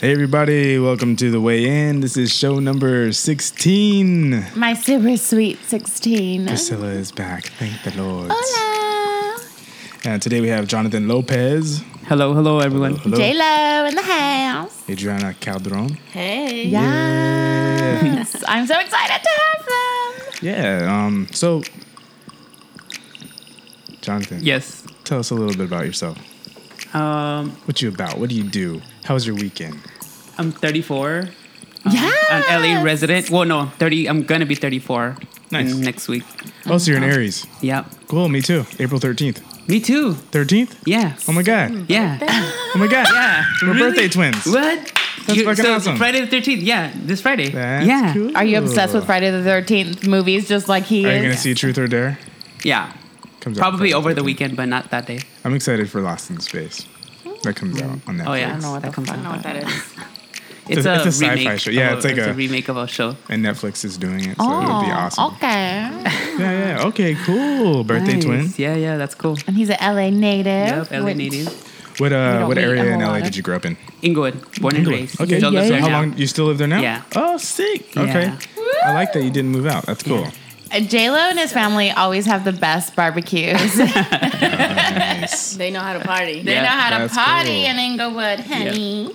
Hey everybody, welcome to the way in. This is show number 16. My super sweet 16. Priscilla is back. Thank the Lord. Hola. And today we have Jonathan Lopez, Hello, hello, everyone. hello. J-Lo in the house. Adriana Calderon. Hey. Yes. I'm so excited to have them. Yeah, um so Jonathan, Yes. tell us a little bit about yourself. Um, What you about? What do you do? How was your weekend? I'm 34. Yeah. An LA resident. Well, no, 30. I'm gonna be 34. Nice. in- Next week. Oh, so you're an Aries. Yeah. Cool, me too. April 13th. Me too. 13th? Yeah. Oh my god. Yeah. Oh my god. Yeah. We're Really? birthday twins. What? That's fucking so awesome. Friday the 13th. Yeah. This Friday. That's yeah. cool. Are you obsessed with Friday the 13th movies just like he Are you is? going to see Truth or Dare? Yeah. Comes out Probably Friday over the 13th. weekend, but not that day. I'm excited for Lost in Space. That comes out on Netflix. Oh yeah. don't know what That the comes fuck. I out. don't know what that is. It's, It's a- a, it's a sci-fi remake. show. Yeah, of- it's like a- remake of a show. And Netflix is doing it, so Oh, it would be awesome. okay. Yeah, yeah. Okay, cool. Birthday Nice. twin. Yeah, yeah. That's cool. And he's an LA native. Yep. LA which- native. What We uh don't what eat a area in whole LA lot. did you grow up in? Inglewood. Born and raised. Okay. Still lives So there how now. long you still live there now? Yeah. Oh, sick. Okay. Yeah. I like that you didn't move out. That's cool. Uh, J-Lo and his family always have the best barbecues. they Nice. They know how to party. Yeah, know how to that's party cool. in Inglewood, honey.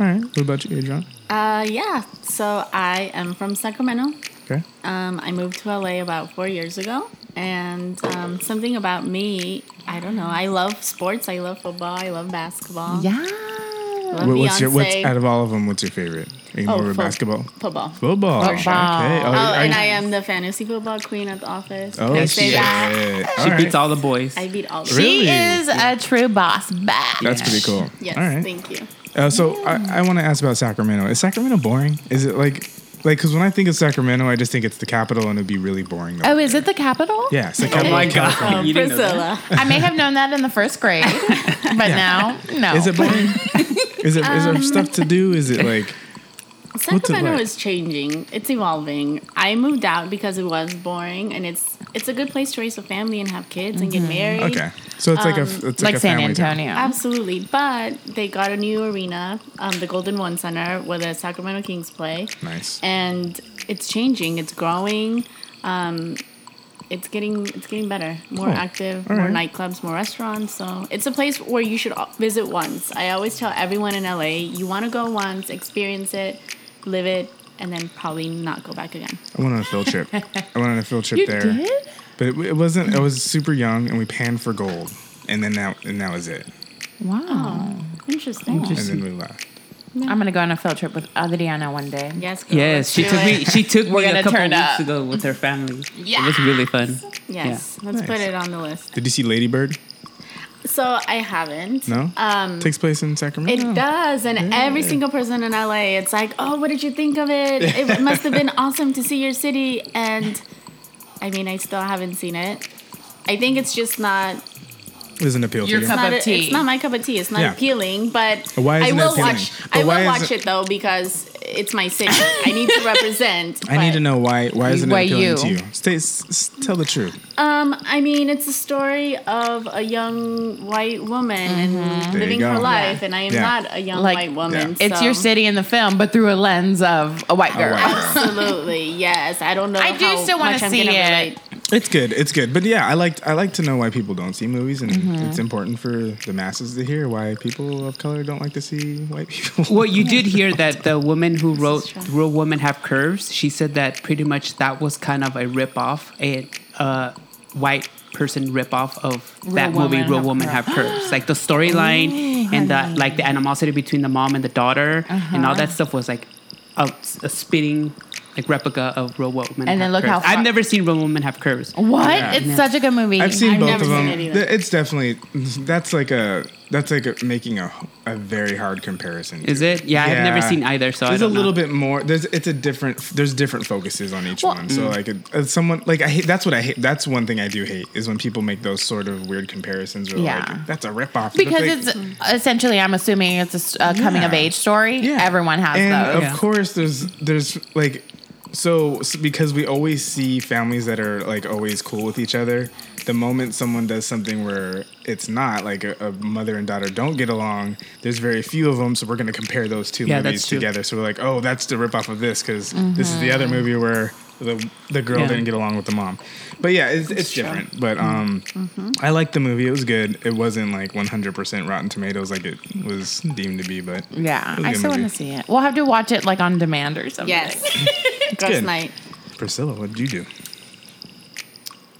All right. What about you, Adrian? Uh, yeah. So I am from Sacramento. Okay. Um, I moved to LA about four years ago. And um, something about me, I don't know. I love sports. I love football. I love basketball. Yeah. Love What- what's your what's Beyonce. out of all of them? What's your favorite? Are you more Oh, of a fo- basketball? Football. Football. Okay. Oh, Oh, are and you- I am the fantasy football queen at the office. Can Oh I shit. say that? All She right. beats all the boys. I beat all. of Really? them. She is a true boss. Back. That's Yeah. pretty cool. Yes. All right. Thank you. Uh, so I, I want to ask about Sacramento. Is Sacramento boring? Is it like, like, because when I think of Sacramento, I just think it's the capital and it'd be really boring. Though. Oh, is it the capital? yeah, it's the Oh capital. my of California. god. You didn't know that? Priscilla. I may have known that in the first grade, but now, no. Is it boring? is it? Is Um, there stuff to do? Is it like? What's it Sacramento like? is changing. It's evolving. I moved out because it was boring, and it's it's a good place to raise a family and have kids and get married. Mm-hmm. Okay, so it's like a, f- it's like, like a San family town. Antonio? Absolutely, but they got a new arena, um, the Golden One Center, where the Sacramento Kings play, Nice. and it's changing. It's growing. Um, it's getting it's getting better. More Cool. active, All more right. nightclubs, more restaurants. So it's a place where you should al- visit once. I always tell everyone in LA, you want to go once, experience it, live it, and then probably not go back again. I went on a field trip. I went on a field trip You there. did? But it, it wasn't. I was super young, and we panned for gold, and then that and that was it. Wow. Interesting. And then we left. Oh, I'm going to go on a field trip with Adriana one day. Yes. girl, Yes, let's she do took me. it. She took We're me gonna a couple turn weeks up. ago with her family. it was really fun. Yes, let's Nice. put it on the list. Did you see Ladybird? So I haven't. No. Um, Takes place in Sacramento. It does, and every Yeah. single person in LA, it's like, oh, what did you think of it? It must have been awesome to see your city. And I mean, I still haven't seen it. I think it's just not. Doesn't appeal to Your you. cup- not of a- tea. It's not my cup of tea. It's not Yeah. appealing, but Why I isn't it will appealing? watch. But I why will watch is it though because it's my city. I need to represent. I need but- to know why. Why isn't Why it appealing you? to you? Stay, s- s- tell the truth. Um, I mean, it's a story of a young white woman Mm-hmm. There living you her go. life, and I am Yeah. not a young Like, white woman. yeah. It's so- your city in the film, but through a lens of a white girl. wow. Absolutely, yes. I don't know. I do how still wanna much I'm see gonna it. relate. It's good. It's good. But yeah, I like I like to know why people don't see movies, and it's important for the masses to hear why people of color don't like to see white people. Well, you did hear that the woman who wrote true. "Real Women Have Curves," she said that pretty much that was kind of a ripoff, a uh, white person ripoff of that movie Women "Real Have Women Have Curves. Curves." Like the storyline and the like, the animosity between the mom and the daughter and all Uh-huh. that stuff was like a, a spitting like replica of "Real Women." And Have then look how Curves. I've far- never seen "Real Women Have Curves." What? Yeah. It's such a good movie. I've seen I've both never of seen them. it either. Th- It's definitely that's like a that's like a, making a a very hard comparison. to Is it? Yeah, I've never seen either, so I there's don't a little know. bit more. There's it's a different. There's different focuses on each Well- Mm. one. So like, it, uh, someone like I hate. That's what I hate. That's one thing I do hate is when people make those sort of weird comparisons. Where yeah, Yeah. like, that's a ripoff because Like, it's essentially, I'm assuming it's a s- a, coming of age story. Yeah. Everyone has and those. Of Yeah. course, there's there's like So, s because we always see families that are like always cool with each other, the moment someone does something where it's not like a, a mother and daughter don't get along, there's very few of them. So we're going to compare those two Yeah, movies that's true. together. So we're like, oh, that's the ripoff of this because this Mm-hmm. is the other movie where the the girl Yeah. didn't get along with the mom. But yeah, it's, it's different. But um, Mm-hmm. Mm-hmm. I liked the movie. It was good. It wasn't like 100% Rotten Tomatoes like it was deemed to be. But Yeah, It was a I good still want to movie. see it. We'll have to watch it like on demand or something. Yes. Girls' good. night. Priscilla, what did you do?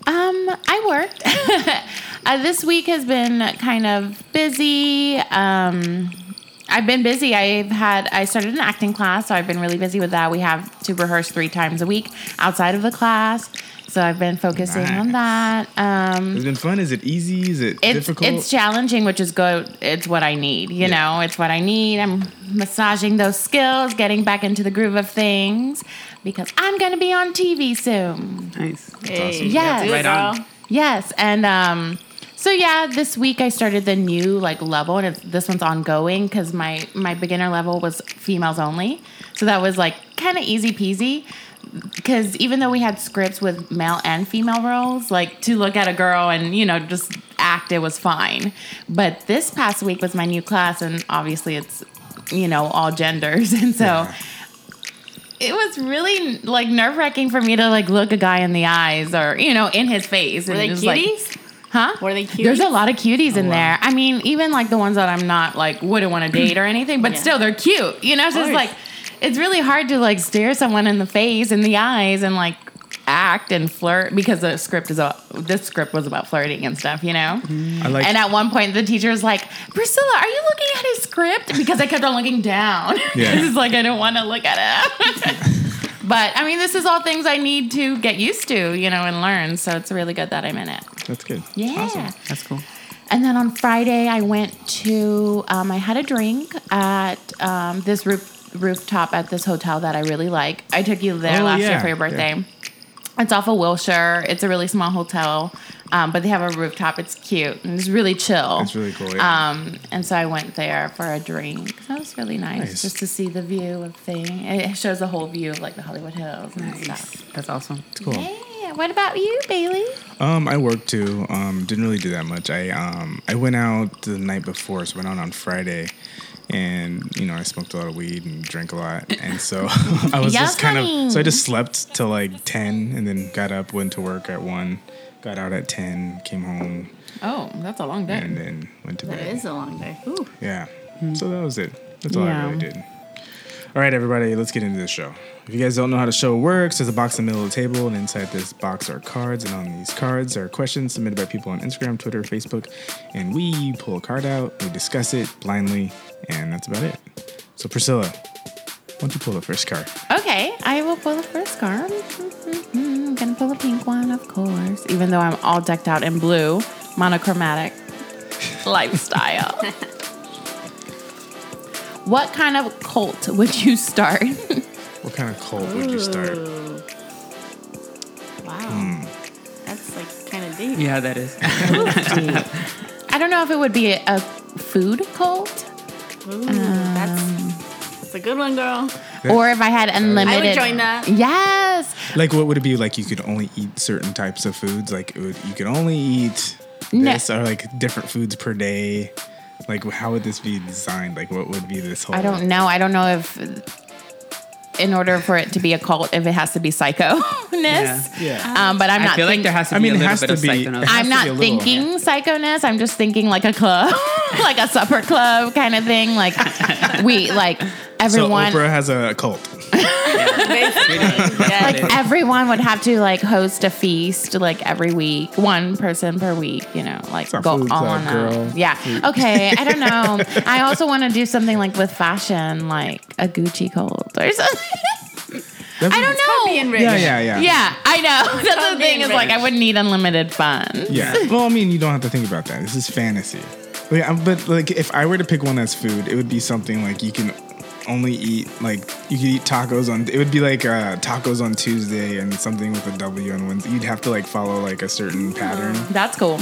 Um, I worked. uh, this week has been kind of busy. Um, I've been busy. I've had I started an acting class, so I've been really busy with that. We have to rehearse three times a week outside of the class, so I've been focusing on that. Um, Has it been fun? Is it easy? Is it it's difficult? it's challenging, which is good. It's what I need, you Yeah. know. It's what I need. I'm massaging those skills, getting back into the groove of things, because I'm going to be on TV soon. Nice. Hey, awesome. Yes. do it, Right on. girl. Yes, and um, so yeah, this week I started the new like level, and it's, this one's ongoing because my my beginner level was females only, so that was like kind of easy peasy. Because even though we had scripts with male and female roles, like to look at a girl and you know just act, it was fine. But this past week was my new class, and obviously it's you know all genders, and so it was really like nerve wracking for me to like look a guy in the eyes or you know in his face. Were they it was, like- cuties? huh? Were they cuties? There's a lot of cuties in wow. there. I mean, even like the ones that I'm not like wouldn't want to date or anything, but Yeah. still they're cute. You know, so it's course. like it's really hard to like stare someone in the face in the eyes and like act and flirt because the script is a this script was about flirting and stuff, you know? Mm-hmm. I like and at one point, the teacher was like, Priscilla, are you looking at his script? Because I kept on looking down. Yeah. this is like, I don't want to look at it. but I mean, this is all things I need to get used to, you know, and learn. So it's really good that I'm in it. That's good. Yeah. That's cool. And then on Friday, I went to, um, I had a drink at um, this roof, rooftop at this hotel that I really like. I took you there Oh, last year yeah, for your yeah. birthday. It's off of Wilshire. It's a really small hotel, um, but they have a rooftop. It's cute and it's really chill. That's really cool, yeah. Um, and so I went there for a drink. That was really nice, Nice. just to see the view of thing. It shows the whole view of like the Hollywood Hills and stuff. Nice. That's awesome. Cool. Yeah. What about you, Bailey? Um, I worked too. Um, didn't really do that much. I um, I went out the night before, so went out on Friday, and you know I smoked a lot of weed and drank a lot, and so I was just kind of so I just slept till like ten, and then got up, went to work at one, got out at ten, came home, Oh, that's a long day. and then went to That bed. is a long day. Ooh. Yeah. So that was it. That's all Yeah. I really did. All right, everybody, let's get into the show. If you guys don't know how the show works, there's a box in the middle of the table, and inside this box are cards, and on these cards are questions submitted by people on Instagram, Twitter, Facebook, and we pull a card out, we discuss it blindly, and that's about it. So, Priscilla, why don't you pull the first card? Okay, I will pull the first card. Mm-hmm, I'm gonna pull a pink one, of course, even though I'm all decked out in blue, monochromatic lifestyle. what kind of cult would you start? What kind of cult would you start? Ooh. Wow. That's like kind of deep. Yeah, that is. I don't know if it would be a, a food cult Ooh, that's, that's a good one, girl. or if I had unlimited. join that. Yes. Like, what would it be like? You could only eat certain types of foods. Like, it would, you could only eat No. this, or like different foods per day. Like, how would this be designed? Like, what would be this whole? I don't know. I don't know if, in order for it to be a cult, if it has to be psycho ness. Yeah. Um, but I'm not. I feel like think- there has to I be mean, a it little has bit to of be- psychonaut. has I'm to not be a little- thinking psychoness. I'm just thinking like a club, like a supper club kind of thing. Like we, like So everyone, Oprah has a cult. Basically. yes. Like- everyone would have to like host a feast like every week, one person per week. You know, like Some go all food's on out, girl. a- Yeah. Okay. I don't know. I also want to do something like with fashion, like a Gucci cult or something. I don't know. Being rich. Yeah, yeah, yeah, Yeah, I know. That's the called thing being is like rich. I wouldn't need unlimited fun. Yeah. Well, I mean, you don't have to think about that. This is fantasy. Like, I'm- but like, if I were to pick one that's food, it would be something like you can only eat like you could eat tacos on. It would be like uh, tacos on Tuesday and something with a W on Wednesday. You'd have to like follow like a certain pattern. That's cool.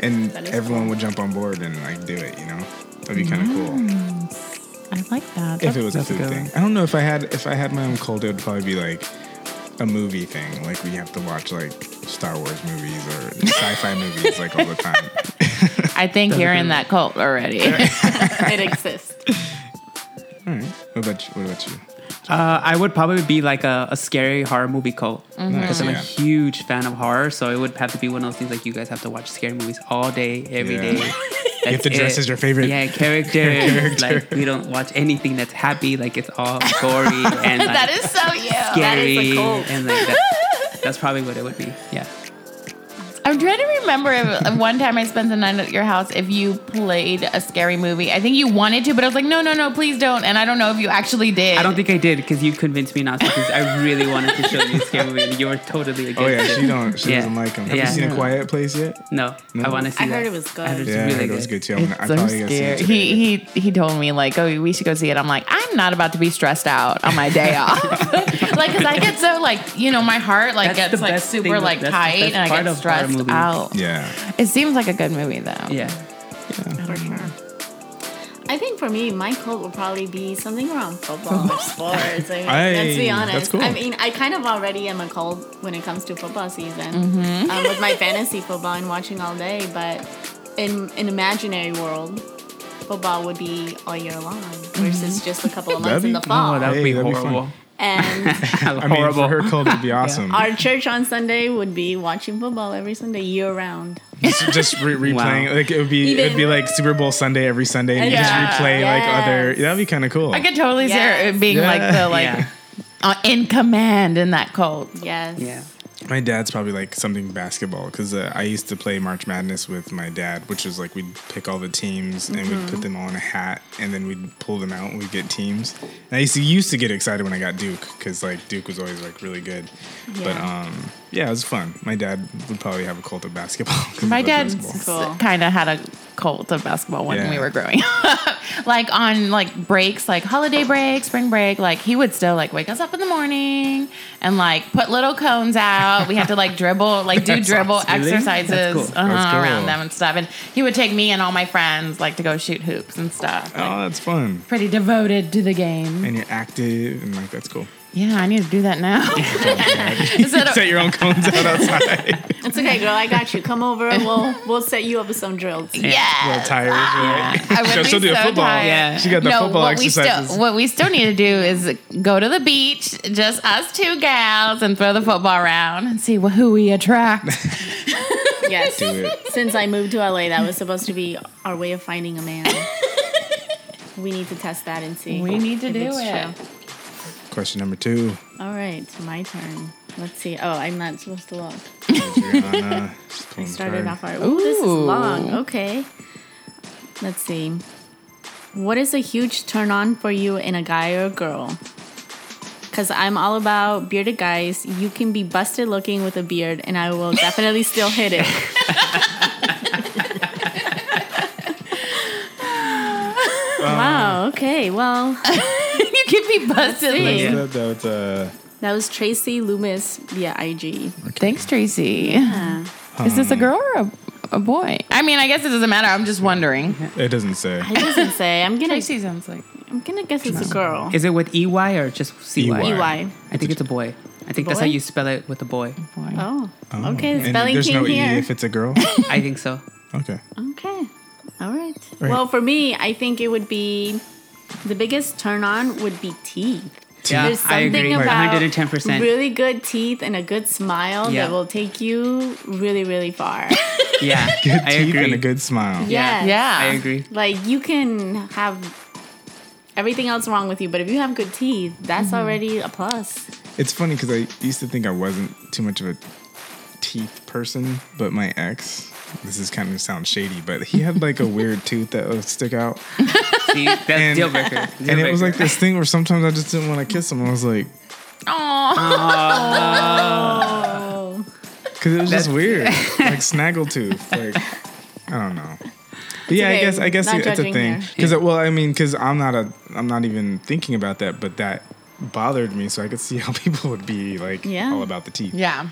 and That is everyone cool. would jump on board and like do it. You know, that'd be kind of Mm. cool I like that. if it was a That's a food good thing. one. I don't know if I had if I had my own cult, it would probably be like a movie thing. Like we have to watch like Star Wars movies or sci-fi movies like all the time. I think you're in that cult already. it exists. All right. What about you? What about you? Uh, I would probably be like a, a scary horror movie cult because I'm Yeah. a huge fan of horror. So it would have to be one of those things like you guys have to watch scary movies all day, every Yeah. day. You You have to dress as your favorite. Yeah, character. Like we don't watch anything that's happy. Like it's all gory and like, that is so you. that is a scary. cult. and like that, that's probably what it would be. Yeah. I'm trying to remember if one time I spent the night at your house if you played a scary movie. I think you wanted to, but I was like, no, no, no, please don't. And I don't know if you actually did. I don't think I did because you convinced me not to because I really wanted to show you a scary movie and you were totally against Oh yeah, it. she don't. She Yeah. doesn't like them. Have Yeah. you seen a Quiet Place yet? No, I want to see I heard that. it was good. I heard it's Yeah, I really heard it was good too. I'm, I So probably gonna see scared. it He today. he he told me like, oh, we should go see it. I'm like, I'm not about to be stressed out on my day off. like, cause I get so like, you know, my heart like That's gets the like best thing, super though. like That's the tight, best and I part get of horror stressed movies. out. yeah. It seems like a good movie though. Yeah. I don't know. I think for me, my cult will probably be something around football or sports. I mean, Aye, let's be that's honest. cool. I mean, I kind of already am a cult when it comes to football season Mm-hmm. um, with my fantasy football and watching all day. But in an imaginary world, football would be all year long versus just a couple of months Mm-hmm. That'd be- in the fall. Oh, that would Hey, be that'd be fun. horrible. and I mean, horrible. for her cult would be awesome. our church on Sunday would be watching football every Sunday year round. just just re- replaying. Wow. Like it would be. it'd Even- be like Super Bowl Sunday every Sunday, and you Yeah. just replay like other. Yes. That'd be kind of cool. I could totally see her Yes. being like Yeah. the like yeah. uh, in command in that cult. Yes. Yeah. My dad's probably like something basketball because uh, I used to play March Madness with my dad, which was like we'd pick all the teams and we'd Mm-hmm. put them all in a hat and then we'd pull them out and we'd get teams. And I used to used to get excited when I got Duke because like Duke was always like really good. But Yeah. um, yeah, it was fun. My dad would probably have a cult of basketball. 'cause he My loved dad basketball. Cool. kind of had a cult of basketball when Yeah. we were growing up. like on like breaks, like holiday break, spring break, like he would still like wake us up in the morning and like put little cones out. We had to like dribble, like do That's dribble awesome. Really? exercises That's cool. uh-huh, That's cool. around them and stuff. And he would take me and all my friends like to go shoot hoops and stuff. Like, Oh, that's fun. pretty devoted to the game. And you're active and like that's cool. Yeah, I need to do that now. Instead of- Set your own cones out outside. It's okay, girl. I got you. Come over. We'll we'll set you up with some drills. Little yeah. tires. right? I would She'll be still do a so football. tired. Yeah. She got the football what We exercises. still, what we still need to do is go to the beach, just us two gals, and throw the football around and see wh- who we attract. Yes. do it. Since I moved to LA, that was supposed to be our way of finding a man. we need to test that and see. we need to if do it's it. Question number two. true. All right, my turn. Let's see. Oh, I'm not supposed to look. Adriana. She's pulling the Started card. off our. Ooh, this is Ooh. long. Okay. Let's see. What is a huge turn on for you in a guy or a girl? Because I'm all about bearded guys. You can be busted looking with a beard, and I will definitely still hit it. Uh. wow. Okay. Well, you can be busted. see. That- loose. that was, uh, that was Tracy Loomis via IG. Thanks, Tracy. Is this a Um, girl or a, a boy? I mean, I guess it doesn't matter. I'm just wondering. it doesn't say. It doesn't say. I'm gonna. Tracy sounds like I'm gonna guess it's a girl. E Is it with EY or just CY? EY. EY. I think it's a boy. I think that's Boy? how you spell it with a boy. boy. Oh. Okay. And spelling there's king no here. E if it's a girl. I think so. Okay. Okay. All right. Right. Well, for me, I think it would be the biggest turn on would be teeth. Yeah, There's I something agree. about 110%. really good teeth and a good smile Yeah. that will take you really, really far. Yeah, I Teeth agree. and a good smile. yes. Yeah. I agree. Like you can have everything else wrong with you, but if you have good teeth, that's Mm-hmm. already a plus. It's funny because I used to think I wasn't too much of a teeth person, but my ex, this is kind of sounds shady, but he had like a weird tooth that would stick out. See, that's And- deal breaker. Deal And it was like breaker. this thing where sometimes I just didn't want to kiss him. I was like, Aw. Oh. because it was just weird, like snaggletooth. Like I don't know. But yeah, I okay. guess I guess Not it's a judging thing. here. Because well, I mean, because I'm not a I'm not even thinking about that, but that bothered me, so I could see how people would be like Yeah. all about the teeth. Yeah.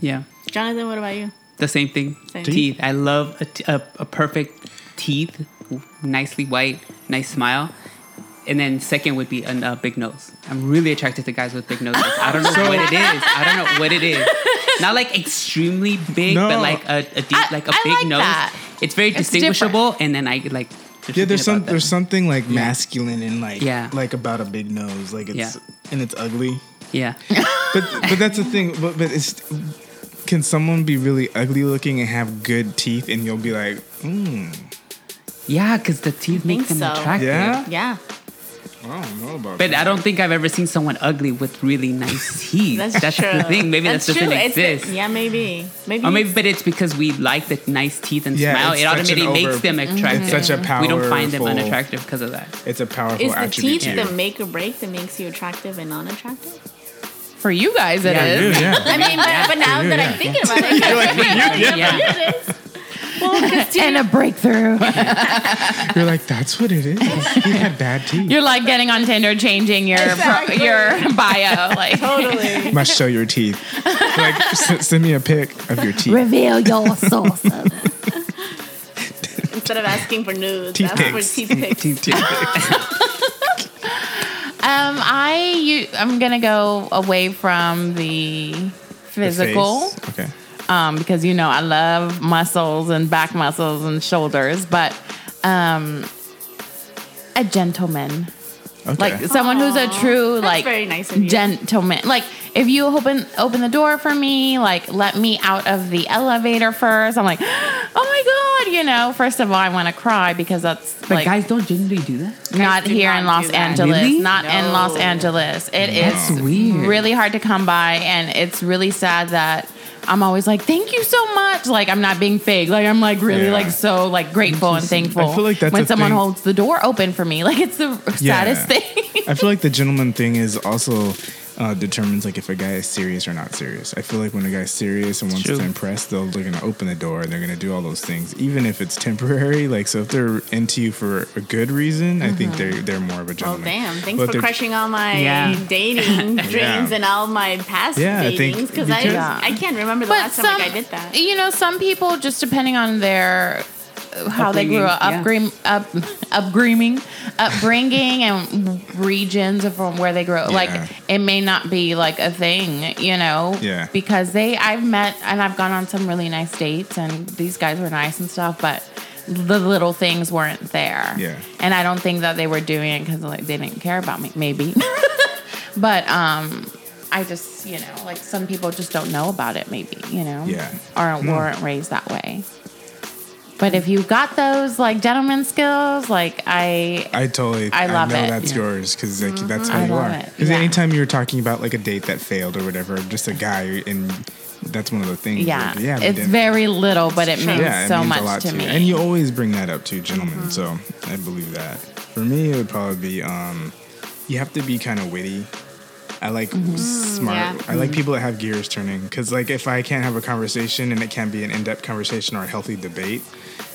yeah, Jonathan, what about you? the same thing. Same. Teeth. I love a, t- a, a perfect teeth, nicely white, nice smile. And then second would be a uh, big nose. I'm really attracted to guys with big noses. I don't know what it is. I don't know what it is. Not like extremely big, No. but like a, a deep, I- like a I big like nose. that. It's very distinguishable. And then I like. Yeah, there's some something about there's something like masculine and like Yeah. like about a big nose, like it's Yeah. and it's ugly. that. Yeah. But but that's the thing. But but it's can someone be really ugly looking and have good teeth and you'll be like, mm, Yeah, because the teeth make think them so. attractive. yeah, Yeah, I don't know about But that. I don't think I've ever seen someone ugly with really nice teeth. that's, That's, true. the thing. Maybe that doesn't It's the- exist. yeah, maybe. Maybe. Or maybe, but it's because we like the nice teeth and Yeah, smile. it's It such an automatically over- makes them Mm-hmm. attractive. such a We don't find them powerful- unattractive because of that. it's a powerful is the attribute. teeth to the you. make or break that makes you attractive and non-attractive? For you guys, it is. Yeah, I Dude, yeah. I mean, but, but now you, that yeah. I'm thinking about it, Yeah. And a breakthrough. You're like, that's what it is. He had bad teeth. You're like getting on Tinder, changing your pro- Exactly. your bio, like totally. Must show your teeth. Like, s- send me a pic of your teeth. reveal your sources. Instead of asking for nudes, Teeth ask pics. for teeth pics. Teeth, teeth. Um, I you, I'm gonna go away from the physical, Face. Okay. um, because you know I love muscles and back muscles and shoulders, but um, a gentleman, Okay. like someone who's a true like very nice of you. gentleman. Like if you open open the door for me, like let me out of the elevator first. I'm like, oh my god, you know. First of all, I want to cry because that's But like guys don't generally do that. not do here not in Los do that. Angeles. Really? Not in Los No. Angeles. It is That's weird. really hard to come by, and it's really sad that I'm always like, "Thank you so much." Like I'm not being fake. Like I'm like really Yeah. like so like grateful and thankful. I feel like that's when a someone thing- holds the door open for me. Like it's the Yeah. saddest thing. I feel like the gentleman thing is also uh, determines like if a guy is serious or not serious. I feel like when a guy's serious and wants True. to impress, they'll, they're going to open the door and they're going to do all those things, even if it's temporary. Like, so if they're into you for a good reason, I think they're they're more of a Mm-hmm. Well, gentleman. damn. Thanks But for they're- crushing all my Yeah. dating dreams and all my past Yeah, I think- datings because I, because- Yeah. I can't remember the last time like, I did that. You know, some people just depending on their uh, how they grew up, Upbringing, upbringing, up, upbringing, upbringing, and regions of from where they grew up. Yeah. Like it may not be like a thing, you know. Yeah. Because they, I've met and I've gone on some really nice dates, and these guys were nice and stuff, but the little things weren't there. Yeah. And I don't think that they were doing it because like they didn't care about me. Maybe. but um i just you know like some people just don't know about it maybe you know Yeah. Hmm. or No. weren't raised that way but if you got those like gentleman skills like i I totally. I love know it. Mm-hmm. That's Yeah. yours because like, that's how I you love are. it. Because Yeah. anytime you're talking about like a date that failed or whatever, just a guy, and that's one of the things. yeah, like, yeah, we it's didn't- very little but it means yeah, it so means much a lot to me Mm-hmm. And you always bring that up to gentlemen, so I believe that. For me, it would probably be um, you have to be kind of witty. I like Mm-hmm. Mm, smart. yeah. I like people that have gears turning because, like, if I can't have a conversation and it can't be an in-depth conversation or a healthy debate,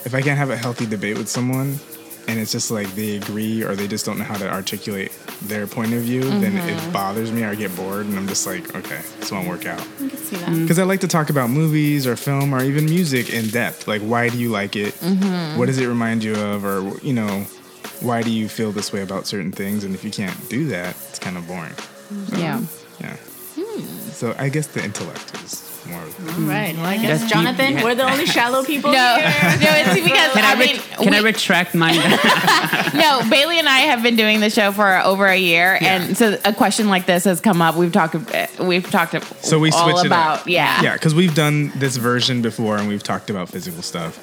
if I can't have a healthy debate with someone and it's just like they agree or they just don't know how to articulate their point of view, then Mm-hmm. it bothers me or I get bored and I'm just like, okay, this won't work out I can see that. because I like to talk about movies or film or even music in depth. Like, why do you like it? Mm-hmm. What does it remind you of? Or, you know, why do you feel this way about certain things? And if you can't do that, it's kind of boring. yeah Yeah. Hmm. So I guess the intellect is more. All right. Well, I guess, That's Jonathan, deep, yeah. we're the only shallow people no no here. it's because Can I, i, re- mean can I retract mine? no, Bailey and I have been doing the show for over a year, and so a question like this has come up. We've talked, we've talked So we all switch it about, up. yeah, Yeah, because we've done this version before and we've talked about physical stuff.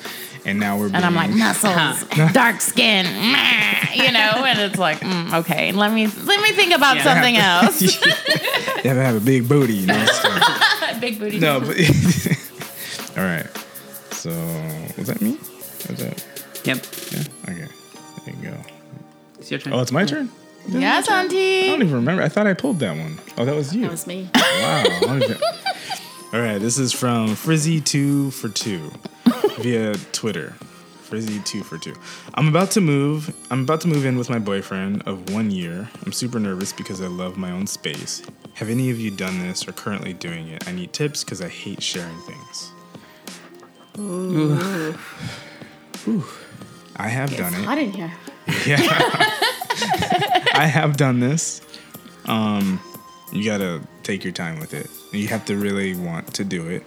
And now we're being, and I'm like muscles, dark skin, meh," you know, and it's like mm, okay, let me let me think about Yeah. something else. you have to have a big booty, you know? so- Big booty. no, but. All right. So, was that me? Was that. yep. Yeah. Okay. There you go. It's your turn. Oh, it's my turn. Yes, I don't auntie. even remember. I thought I pulled that one. Oh, that was you. That was me. Wow. I don't even- All right. This is from Frizzy Two for Two via Twitter. Frizzy Two for Two. I'm about to move. I'm about to move in with my boyfriend of one year. I'm super nervous because I love my own space. Have any of you done this or currently doing it? I need tips because I hate sharing things. Ooh. I have done It's it. hot in here. Yeah. I have done this. Um, you gotta take your time with it. You have to really want to do it.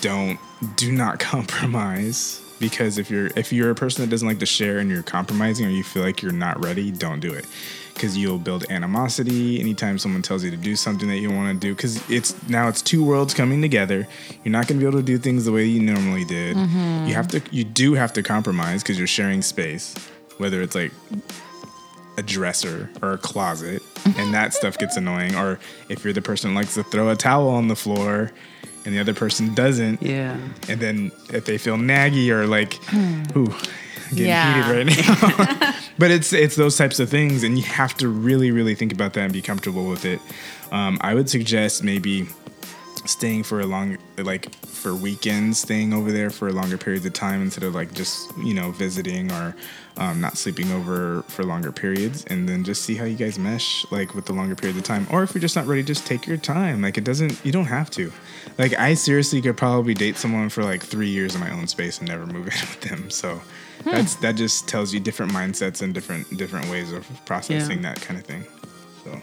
Don't do not compromise because if you're if you're a person that doesn't like to share and you're compromising or you feel like you're not ready, don't do it because you'll build animosity anytime someone tells you to do something that you want to do because it's now it's two worlds coming together you're not going to be able to do things the way you normally did you have to you do have to compromise because you're sharing space whether it's like a dresser or a closet and that stuff gets annoying or if you're the person that likes to throw a towel on the floor and the other person doesn't Yeah. and then if they feel naggy or like, ooh, I'm getting Yeah. heated right now. but it's it's those types of things, and you have to really really think about that and be comfortable with it. Um, I would suggest maybe staying for a long like for weekends staying over there for longer periods of time instead of like just you know visiting or um, not sleeping over for longer periods and then just see how you guys mesh like with the longer periods of time or if you're just not ready just take your time like it doesn't you don't have to like i seriously could probably date someone for like three years in my own space and never move in with them so that's that just tells you different mindsets and different different ways of processing that kind of thing so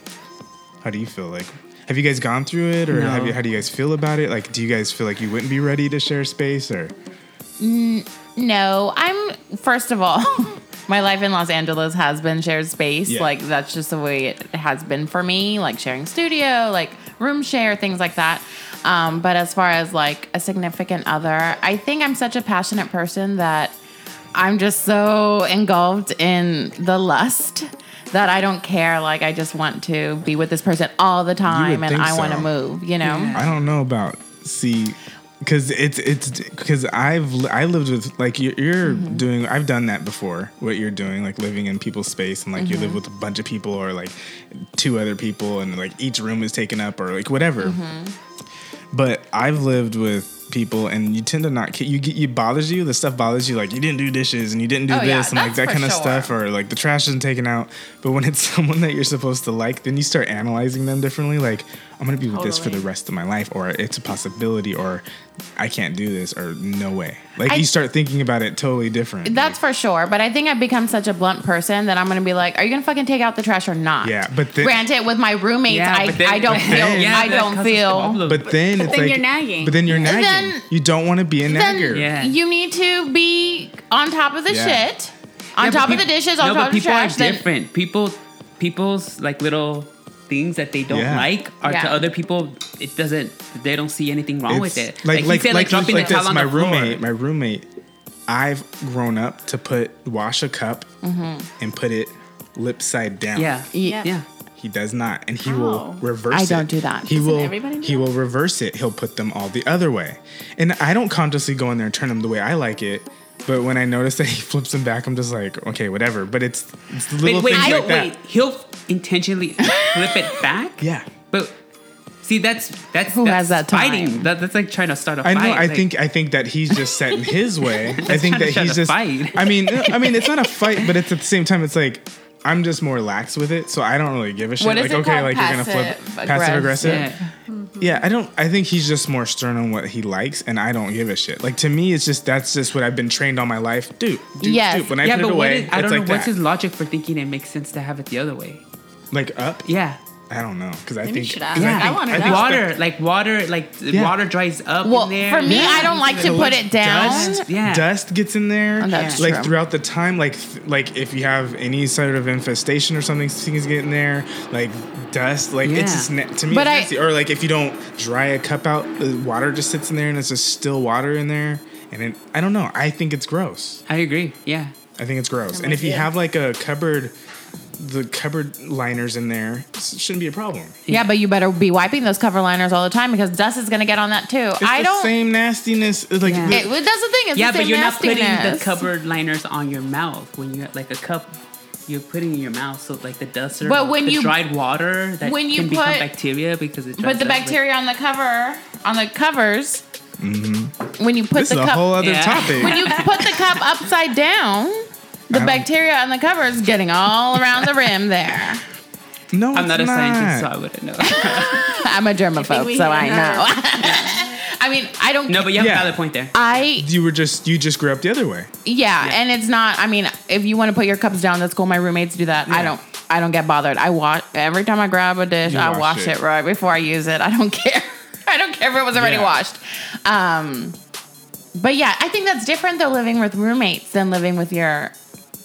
how do you feel like? Have you guys gone through it, or have No. you, how do you guys feel about it? Like, do you guys feel like you wouldn't be ready to share space, or No, I'm first of all, my life in Los Angeles has been shared space. Yeah. Like that's just the way it has been for me, like sharing studio, like room share, things like that. Um, but as far as like a significant other, I think I'm such a passionate person that I'm just so engulfed in the lust that I don't care. Like I just want to be with this person all the time, and think I want to so. move. You know. I don't know about see, because it's it's because I've li- I lived with like you're, you're Mm-hmm. doing I've done that before. What you're doing, like living in people's space, and like you Mm-hmm. live with a bunch of people or like two other people, and like each room is taken up or like whatever. Mm-hmm. But I've lived with people and you tend to not ca- you get you bothers you the stuff bothers you like you didn't do dishes and you didn't do Oh, this yeah, and like that's that for kind of sure. stuff or like the trash isn't taken out but when it's someone that you're supposed to like then you start analyzing them differently like i'm gonna be with this for the Totally. rest of my life or it's a possibility or i can't do this or no way like I- you start thinking about it totally different That's for sure. But I think I've become such a blunt person that I'm going to be like, "Are you going to fucking take out the trash or not?" Yeah, but then- granted, with my roommates, Yeah, I, but then- I don't but feel then- I that don't causes feel. problems. but then it's then like you're nagging. but then you're nagging then- you don't want to be a nagger Then Yeah. you need to be on top of the Yeah. shit, on Yeah, but top of the peop- dishes, on no, top but of the people trash. are Then different. People, people's like little things that they don't Yeah. like are Yeah. to other people. It doesn't. They don't see anything wrong with It's- it. Like he like said, like, just dropping like the this, towel on my the floor. roommate, my roommate, I've grown up to put wash a cup and put it lip side down. Yeah. Yeah. Yeah. He does not, and he will How? reverse. I it. don't do that. He Doesn't will. everybody do He will reverse it. He'll put them all the other way, and I don't consciously go in there and turn them the way I like it. But when I notice that he flips them back, I'm just like, okay, whatever. But it's, it's the little Wait, wait, things he'll, like that. wait. He'll intentionally flip it back. Yeah. But see, that's that's Who that's has that time? fighting. That, that's like trying to start a I fight. know. I Like, think. I think that he's just set in his way. I think trying to that shut he's a just. fight. I mean, no, I mean, it's not a fight, but it's at the same time, it's like I'm just more lax with it, so I don't really give a shit. What is like, it okay, called? like you're gonna Passive flip passive aggressive. Yeah. Yeah, I don't. I think he's just more stern on what he likes, and I don't give a shit. Like to me, it's just that's just what I've been trained all my life. Dude, dude, Yes. dude. When I yeah, put but it what away, is, I it's don't know like what's that. his logic for thinking it makes sense to have it the other way. like up. Yeah. I don't know because I Maybe you think should 'cause ask. I Yeah. think- I wanna I know. think water, that- like water, like the Yeah. water dries up. well, in there. for me, I don't like to So put much it down. Dust, Yeah. dust gets in there. Oh, that's like true. throughout the time, like th- like if you have any sort of infestation or something, things get in there. Like dust, like Yeah. it's just na- to me, But it's I- nasty. or like if you don't dry a cup out, the water just sits in there and it's just still water in there. And it, I don't know. I think it's gross. I agree. Yeah. I think it's gross. and if you you. have like a cupboard, the cupboard liners in there, it shouldn't be a problem. Yeah, but you better be wiping those cover liners all the time because dust is going to get on that too. It's I the don't. same nastiness. it's Like Yeah. the- It, well, that's the thing. It's yeah, the same but you're not putting the nastiness. cupboard liners on your mouth when you like a cup. You're putting in your mouth, so like the dust or But when the you- dried water that when you can become put- bacteria because it. dries But the up, like- bacteria on the cover, on the covers, when you put Mm-hmm. this the is a cup, whole other Yeah. topic. when you put the cup upside down, the don't- bacteria on the cover is getting all around the rim there. no, I'm not a it's scientist, so not. I wouldn't know. I'm a think germaphobe, we so hit I another- know. I mean, I don't. no, but you have Yeah. a valid point there. I you were just you just grew up the other way. yeah, and it's not. I mean, if you want to put your cups down, that's cool. My roommates do that. I Yeah. don't. I don't get bothered. I wash every time I grab a dish. You I wash wash it. it. right before I use it. I don't care. I don't care if it was already Yeah. washed. Um, but yeah, I think that's different though living with roommates than living with your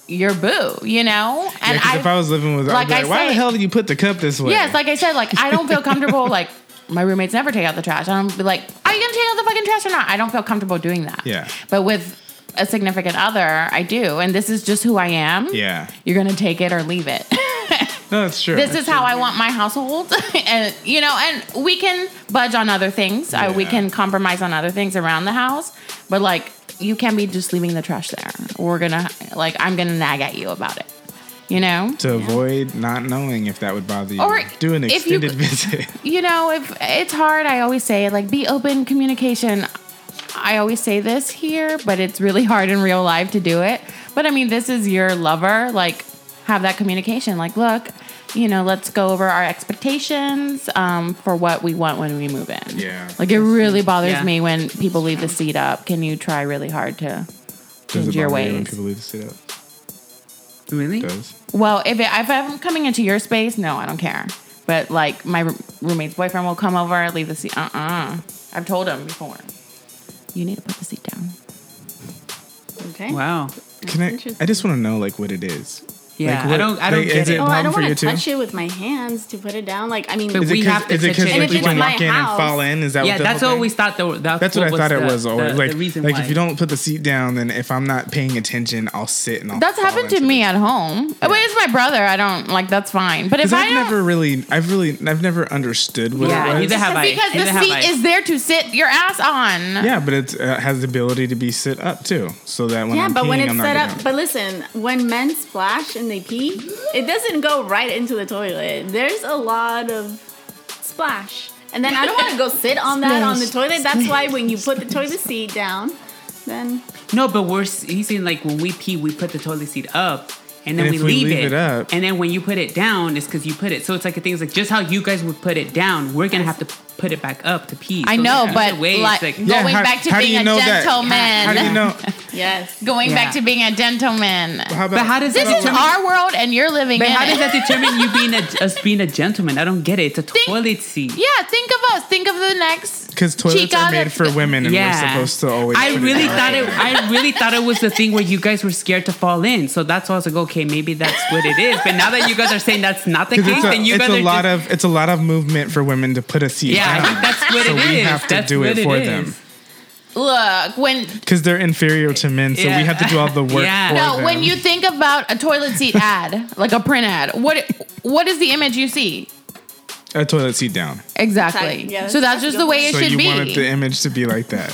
your boo. You know, and 'cause if I was living with, I'd like be like, I why the say- hell did you put the cup this way? Yes, like I said, like I don't feel comfortable. like my roommates never take out the trash. I don't be like, are you gonna take out the fucking trash or not? I don't feel comfortable doing that. Yeah. But with a significant other, I do, and this is just who I am. yeah, You're gonna take it or leave it. no, that's true. this is how I want my household, and you know, and we can budge on other things. Uh, we Yeah. can compromise on other things around the house, but like you can't be just leaving the trash there. We're gonna like I'm gonna nag at you about it. You know. to avoid not knowing if that would bother you. Or do an if you- extended visit. you know, if it's hard, I always say like be open communication. I always say this here, but it's really hard in real life to do it. But I mean, this is your lover, like have that communication. Like, look, you know, let's go over our expectations um, for what we want when we move in. Yeah. Like it really bothers Yeah. me when people leave the seat up. Can you try really hard to Does it change your bother you when ways? people leave the sit up? Really? Does Well, if, it, if I'm coming into your space, no, I don't care. But like my r- roommate's boyfriend will come over, leave the seat. Uh uh-uh. uh. i have told him before. You need to put the seat down. Okay. Wow. can I? interesting. I just want to know like what it is. Yeah. what- I don't. I don't like, get is it- it. Oh, I Problem don't for want you to too? touch it with my hands to put it down. Like, I mean, But Is we it have to is it touch because it. like And you if can it's my walk in and house- fall in? Is that yeah, what the that's whole what thing? we thought. The, that's, That's what I was thought it the- was always the, like the reason like why. if you don't put the seat down, then if I'm not paying attention, I'll sit and I'll. That's fall happened to into me this. at home. But it's my brother. I don't like that's fine. But if 'Cause I I've don't, never really, I've really, I've never understood what Yeah, it was. neither have I. because Neither the have seat I. is there to sit your ass on. Yeah, but it uh, has the ability to be sit up too, so that when yeah, I'm but peeing, when it's I'm not set gonna- up, but listen, when men splash and they pee, it doesn't go right into the toilet. There's a lot of splash. And then I don't want to go sit on that on the toilet. That's why when you put the toilet seat down, then No, but we're s- he's saying like when we pee, we put the toilet seat up, and then And we, if we leave, leave it. it up- and then when you put it down, it's because you put it. So it's like a thing. It's like just how you guys would put it down, we're gonna have to put it back up to pee. I So know, like, but either way, it's like, going Yeah, how- back to how do being you a know that? gentleman. How do you know? yes. Going Yeah. back to being a gentleman. How about, But how does This that is determine- our world and you're living But in how it. does that determine you being a us being a gentleman? I don't get it. It's a Think- toilet seat. Yeah, think of us. Think of the next. Because toilets Chica are made that's- for women, and yeah, we're supposed to always. I put really it down. thought it. I really thought it was the thing where you guys were scared to fall in. So that's why I was like, okay, maybe that's what it is. But now that you guys are saying that's not the 'Cause case, it's a, then you it's guys a are lot just, of it's a lot of movement for women to put a seat yeah. I down. think that's what so it is. we have to That's do it what for is. them Look, when because they're inferior to men, so Yeah. we have to do all the work Yeah. for no, them. when you think about a toilet seat ad, like a print ad, what what is the image you see? a toilet seat down, Exactly. Yeah, so that's just the way it so should you be. Uh, wanted the image to be like that.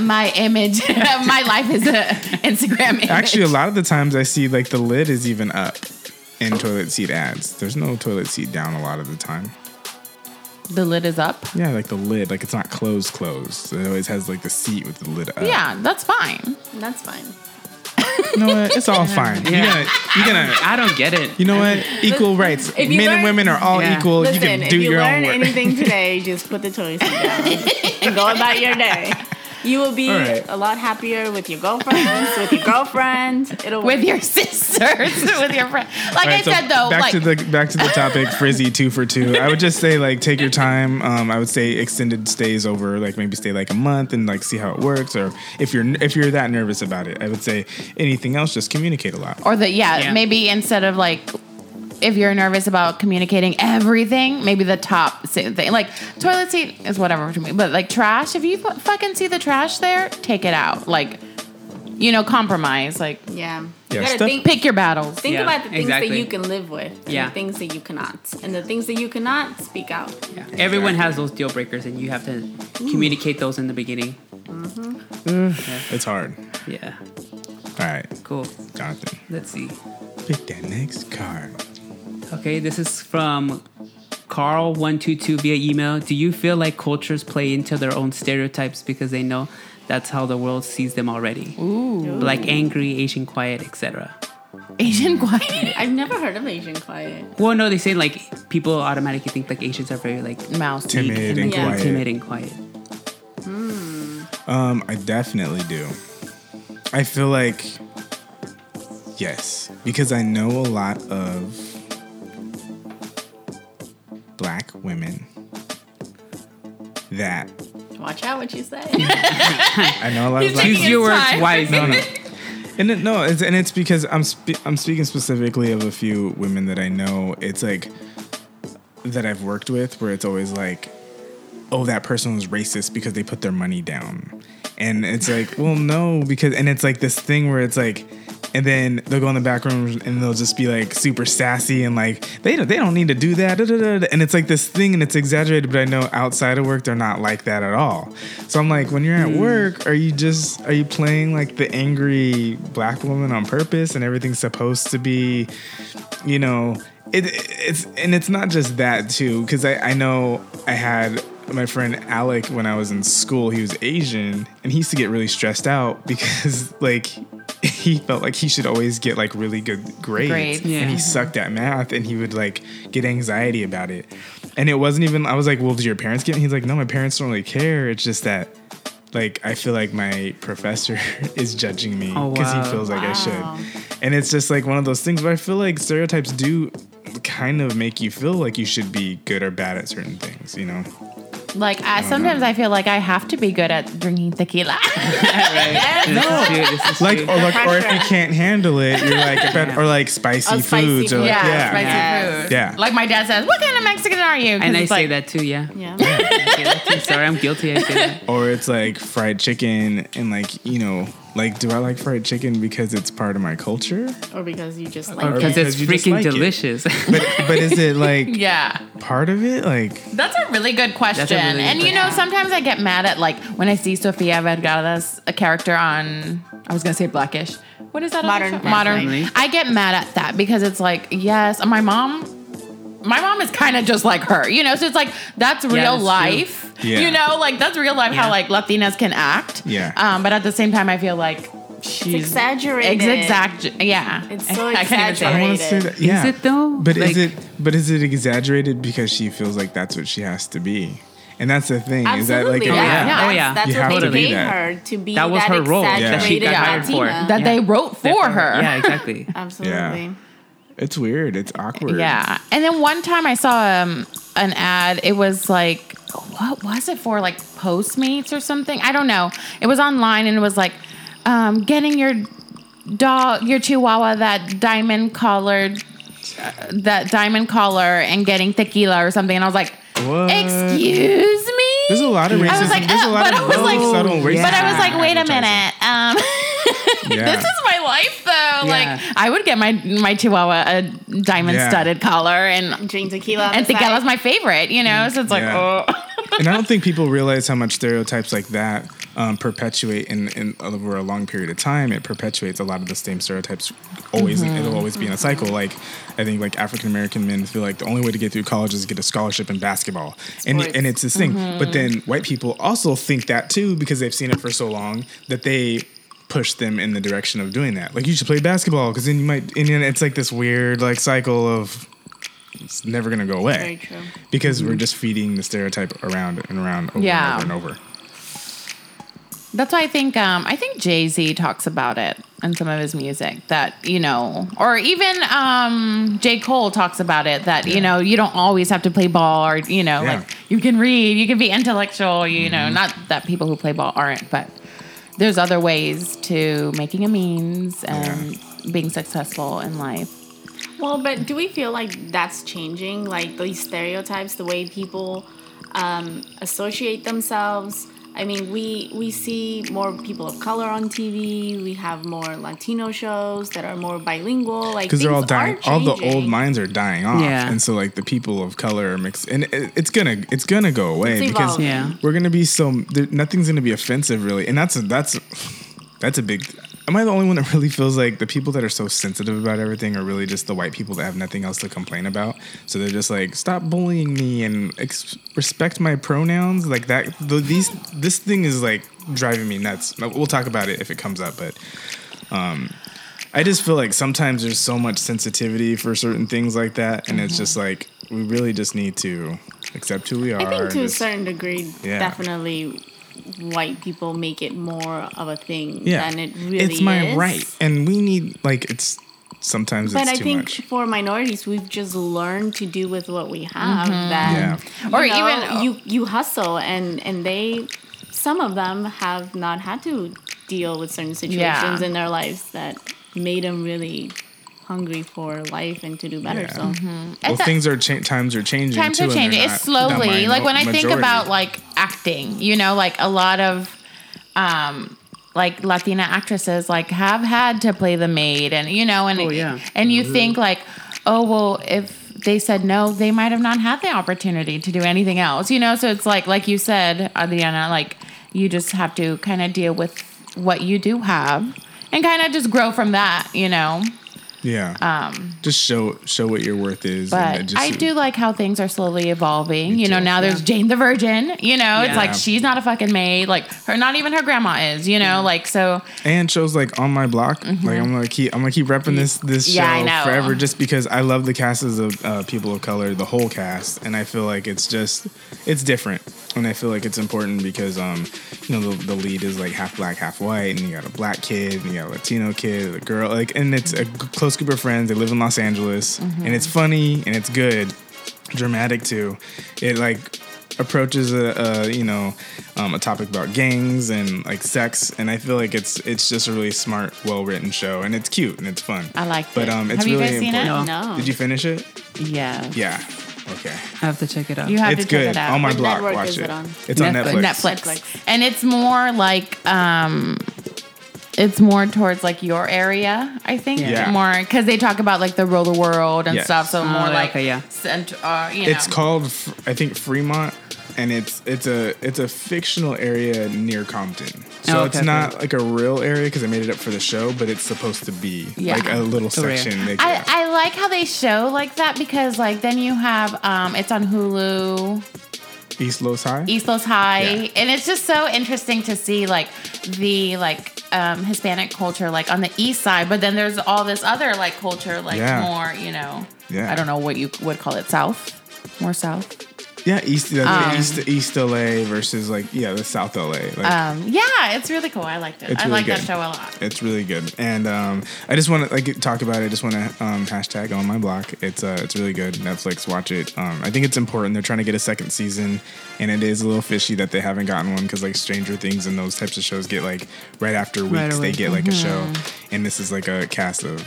my image, my life is a Instagram image. Actually, a lot of the times I see like the lid is even up in toilet seat ads. There's no toilet seat down a lot of the time. the lid is up. Yeah, like the lid, like it's not closed, closed. It always has like the seat with the lid up. Yeah, that's fine. That's fine. you know what? It's all fine. Yeah. You're gonna, you're gonna, I don't get it. you know what? Equal rights. if Men you and learn- women are all Yeah. equal. Oh, you Listen, can do if you your own learn work. anything today, just put the toilet seat down and go about your day. You will be All right. a lot happier with your girlfriends, with your girlfriend. It'll With work. your sisters, with your friend. Like All I right, so said though, back like to the back to the topic, frizzy two for two. I would just say like take your time. Um, I would say extended stays over, like maybe stay like a month and like see how it works. Or if you're if you're that nervous about it, I would say anything else, just communicate a lot. or the yeah, Yeah. maybe instead of like if you're nervous about communicating everything, maybe the top si- thing like toilet seat is whatever to me, but like trash, if you fu- fucking see the trash there, take it out. Like you know, compromise. Like Yeah, yeah. You gotta stuff- think, pick your battles. think Yeah, about the things that exactly. you can live with and Yeah. the things that you cannot. And the things that you cannot, speak out. Yeah. Everyone has those deal breakers, and you have to communicate those in the beginning. It's hard. Yeah. All right, Cool. Jonathan, Let's see. pick that next card. Okay, this is from Carl122 via email. Do you feel like cultures play into their own stereotypes because they know that's how the world sees them already? Ooh. Like angry, Asian quiet, etc. Asian quiet I've never heard of Asian quiet. Well, no, they say like people automatically think like Asians are very like mouse. Timid and, meek Yeah. quiet. timid and quiet. Um, I definitely do. I feel like Yes, because I know a lot of black women that Watch out what you say. I know a lot of black Use women. your it's words fine. wisely. No, no. And it, no, it's, and it's because I'm spe- I'm speaking specifically of a few women that I know. It's like that I've worked with, where it's always like, oh, that person was racist because they put their money down, and it's like, well, no, because and it's like this thing where it's like. And then they'll go in the back room and they'll just be like super sassy and like they don't, they don't need to do that. da, da, da, da. And it's like this thing and it's exaggerated, but I know outside of work they're not like that at all. So I'm like, when you're at work, are you just are you playing like the angry black woman on purpose and everything's supposed to be you know it, it's and it's not just that too because I, I know i had my friend alec when i was in school he was asian and he used to get really stressed out because like he felt like he should always get like really good grades, Grades. Yeah. and he sucked at math and he would like get anxiety about it and it wasn't even i was like well do your parents get it? he's like no my parents don't really care it's just that like i feel like my professor is judging me Oh, because wow. he feels like i Wow. should and it's just like one of those things where I feel like stereotypes do kind of make you feel like you should be good or bad at certain things, you know? Like I, sometimes I feel like I have to be good at drinking tequila. No. Like, or like, or if you can't handle it, you're like, better, or like spicy Oh, spicy foods, or like, food. yeah, yeah, yeah, spicy Yes. food. Yeah. Like my dad says, "What kind of Mexican are you?" 'Cause and I it's say like, that too, yeah. yeah. I'm sorry, I'm guilty. I say that. or it's like fried chicken, and like, you know, like, do I like fried chicken because it's part of my culture, Or because you just Or like Because because it's you just freaking like it. delicious. but but is it like Yeah, part of it? Like, that's a really good question. really good and you know, sometimes I get mad at like when I see Sofia Vergara's a character on. I was gonna say Blackish. What is that? Modern Other show? Family. Modern. I get mad at that because it's like, yes, my mom. My mom is kind of just like her, you know. So it's like that's real that's true. life, Yeah. you know. Like that's real life how Yeah. like Latinas can act. Yeah. Um, but at the same time, I feel like she's exaggerated. It's exact. Yeah. It's so I can't even I say want Rated. to say that, yeah. it though? But Like- is it? But is it exaggerated because she feels like that's what she has to be, and that's the thing. Absolutely. Is that like? yeah. yeah. Yeah. Oh, yeah. That's, You that's have what to they be paid that. her to be That that, was her role Yeah. that she got hired exaggerated for. Latina. that Yeah. they wrote for her. Yeah, exactly. Absolutely. Yeah. It's weird. It's awkward. Yeah. And then one time I saw um, an ad. It was like, what was it for? Like Postmates or something? I don't know. It was online and it was like, um, getting your dog, your Chihuahua, that diamond collared, uh, that diamond collar, and getting tequila or something. And I was like, What? excuse me. There's a lot of racism. I was like, There's a uh, lot but of I was low, like- subtle racism. But I was like, wait a advertising. minute. Um, Yeah. this is my life, though. Yeah. Like, I would get my my Chihuahua a diamond studded collar, and Drink tequila. on and the side. tequila's my favorite. You know, so it's like, Yeah. oh, and I don't think people realize how much stereotypes like that um, perpetuate in, in over a long period of time. It perpetuates a lot of the same stereotypes. Always, it'll always be in a Mm-hmm. cycle. Like I think, like African American men feel like the only way to get through college is get a scholarship in basketball, and Sports. Mm-hmm. and it's this thing. But then white people also think that too because they've seen it for so long that they push them in the direction of doing that. Like you should play basketball because then you might. And then it's like this weird like cycle of. It's never gonna go away Very true. because we're just feeding the stereotype around and around over Yeah. and over and over. that's why I think um, I think Jay Z talks about it in some of his music that you know, or even um, J Cole talks about it that you know you don't always have to play ball or you know Yeah. Mm-hmm. like you can read, you can be intellectual. You know, not that people who play ball aren't, but there's other ways to making a means and being successful in life. Well, but do we feel like that's changing? Like these stereotypes, the way people um, associate themselves. I mean, we we see more people of color on TV. We have more Latino shows that are more bilingual. Like Because they're all things are dying. All the old changing. minds are dying off, Yeah. and so like the people of color are mixed, and it, it's gonna it's gonna go away It's because evolving. Yeah. we're gonna be so there, nothing's gonna be offensive really, and that's a, that's that's a big. Am I the only one that really feels like the people that are so sensitive about everything are really just the white people that have nothing else to complain about? So they're just like, stop bullying me and ex- respect my pronouns. Like that, the, these this thing is like driving me nuts. We'll talk about it if it comes up, but um, I just feel like sometimes there's so much sensitivity for certain things like that, and it's just like we really just need to accept who we are. Mm-hmm. I think and to a just- certain degree, Yeah. definitely, white people make it more of a thing yeah, than it really it's my is. right, and we need like it's Sometimes But it's I too think much. for minorities, we've just learned to do with what we have. That Yeah. you Mm-hmm. Or know, even- you you hustle, and and they, some of them have not had to deal with certain situations in their lives that made them really hungry for life and to do better. Yeah. So Mm-hmm. Well, It's a- things are cha- times are changing. Times too, are and they're changing. not It's the slowly. minor- Like when I think majority. about like acting, you know, like a lot of um like Latina actresses like have had to play the maid and you know and Oh, yeah. and Mm-hmm. you think like, oh well if they said no, they might have not had the opportunity to do anything else. You know, so it's like like you said, Adriana, like you just have to kind of deal with what you do have and kind of just grow from that, you know. yeah, um, just show show what your worth is. and But it just, I do like how things are slowly evolving. You know, too. now there's Yeah. Jane the Virgin. You know, it's Yeah. like she's not a fucking maid. Like her, not even her grandma is. You know, like so. and shows like on my block. Like I'm gonna keep I'm gonna keep repping this this show Mm-hmm. Yeah, I know. forever just because I love the casts of uh, people of color, the whole cast, and I feel like it's just it's different, and I feel like it's important because um you know the, the lead is like half black, half white, and you got a black kid, and you got a Latino kid, a girl, like, and it's a g- close group of friends. They live in Los Angeles, and it's funny and it's good, dramatic too. It like approaches a, a you know um, a topic about gangs and like sex, and I feel like it's it's just a really smart, well written show, and it's cute and it's fun. I liked but it. um, it's Have you really guys seen it? important. No. no, Did you finish it? Yeah. Yeah. Okay. I have to check it out. You have it's to check good. it out. On my What blog, network watch is it. it on? It's on Netflix. Netflix. Netflix. Netflix. and it's more like um, it's more towards like your area, I think. Yeah. More because they talk about like the roller world and Yes. Oh, stuff. So more okay, like yeah. Cent- uh, you It's know. called F- I think Fremont, and it's it's a it's a fictional area near Compton. So Oh, okay, it's okay. not like a real area because I made it up for the show, but it's supposed to be Yeah. like a little Korea. section. They I, got. I like how they show like that because like then you have um it's on Hulu East Los High. East Los High, Yeah. and it's just so interesting to see like the like um, Hispanic culture like on the East Side, but then there's all this other like culture like Yeah. more you know Yeah. I don't know what you would call it South, more South. Yeah, East the East East LA versus like yeah the South LA. Like, Um, yeah, it's really cool. I liked it. It's I really like that good. show a lot. It's really good, and um, I just want to like talk about it. I just want to um, hashtag on my block. It's uh, it's really good. Netflix, watch it. Um, I think it's important. They're trying to get a second season, and it is a little fishy that they haven't gotten one because like Stranger Things and those types of shows get like right after weeks they away. Mm-hmm. get like a show, and this is like a cast of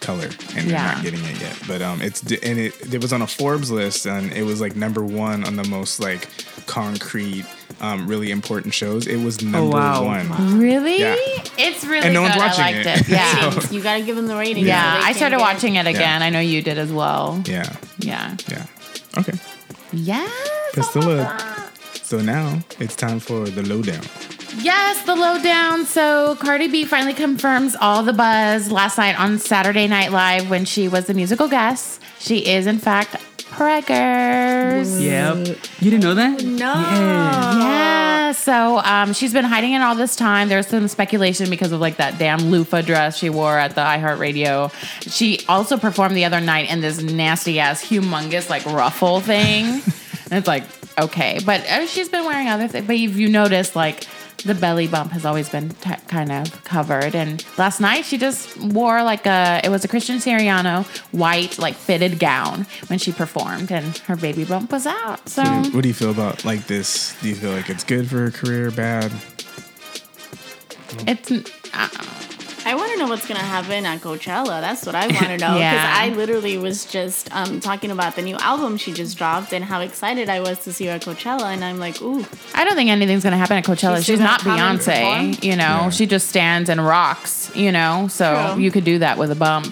color, and they're Yeah. not getting it yet. But um, it's and it it was on a Forbes list, and it was like number one on the most like concrete. Um, really important shows. It was number Oh, wow. one. Really, Yeah. it's really And no good. one's watching I liked it. it. Yeah. So- you got to give them the rating. Yeah, I started watching it again. I know you did as well. Yeah, Yeah. yeah. Okay. Yes. oh That's I the love look. that. So now it's time for the lowdown. Yes, the lowdown. So Cardi B finally confirms all the buzz last night on Saturday Night Live when she was the musical guest. She is in fact preggers. Yep. Mm. You didn't know that? No, Yeah, so um, she's been hiding it all this time. There's some speculation because of like that damn loofah dress she wore at the iHeartRadio. She also performed the other night in this nasty ass, humongous like ruffle thing. and it's like, okay. But uh, she's been wearing other things. But if you notice, like, the belly bump has always been t- kind of covered. And last night she just wore like a, it was a Christian Siriano white, like fitted gown when she performed, and her baby bump was out. So. What do you feel about like this? Do you feel like it's good for her career? Bad? It's uh, I want to know what's gonna happen at Coachella. That's what I want to know because Yeah. I literally was just um, talking about the new album she just dropped and how excited I was to see her at Coachella. And I'm like, ooh, I don't think anything's gonna happen at Coachella. She's She's, still not gonna come and perform? Beyonce, you know. Yeah. She just stands and rocks, you know. So True. you could do that with a bump.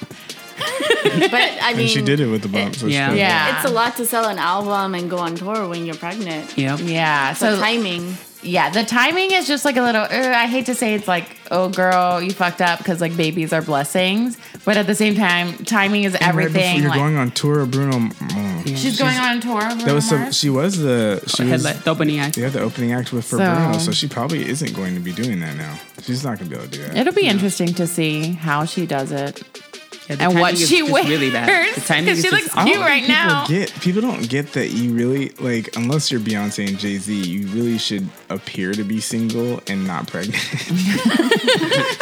but I mean, And she did it with the bump. so she yeah. felt Mm. Yeah. It's a lot to sell an album and go on tour when you're pregnant. Yep. Yeah. So So timing. yeah, the timing is just like a little. Uh, I hate to say it's like, oh girl, you fucked up because like babies are blessings, but at the same time, timing is good. Right before everything. you're like, going on tour, Bruno. mm, she's going on tour. That was some, she was the she was Headlight, the opening act. yeah the opening act with for So- Bruno, so she probably isn't going to be doing that now. She's not going to be able to do that. It'll be interesting to see how she does it. Yeah, the and what timing is she just wears. really bad. The timing because is she just looks off. cute right people now. Get people don't get that you really like unless you're Beyonce and Jay Z, you really should appear to be single and not pregnant.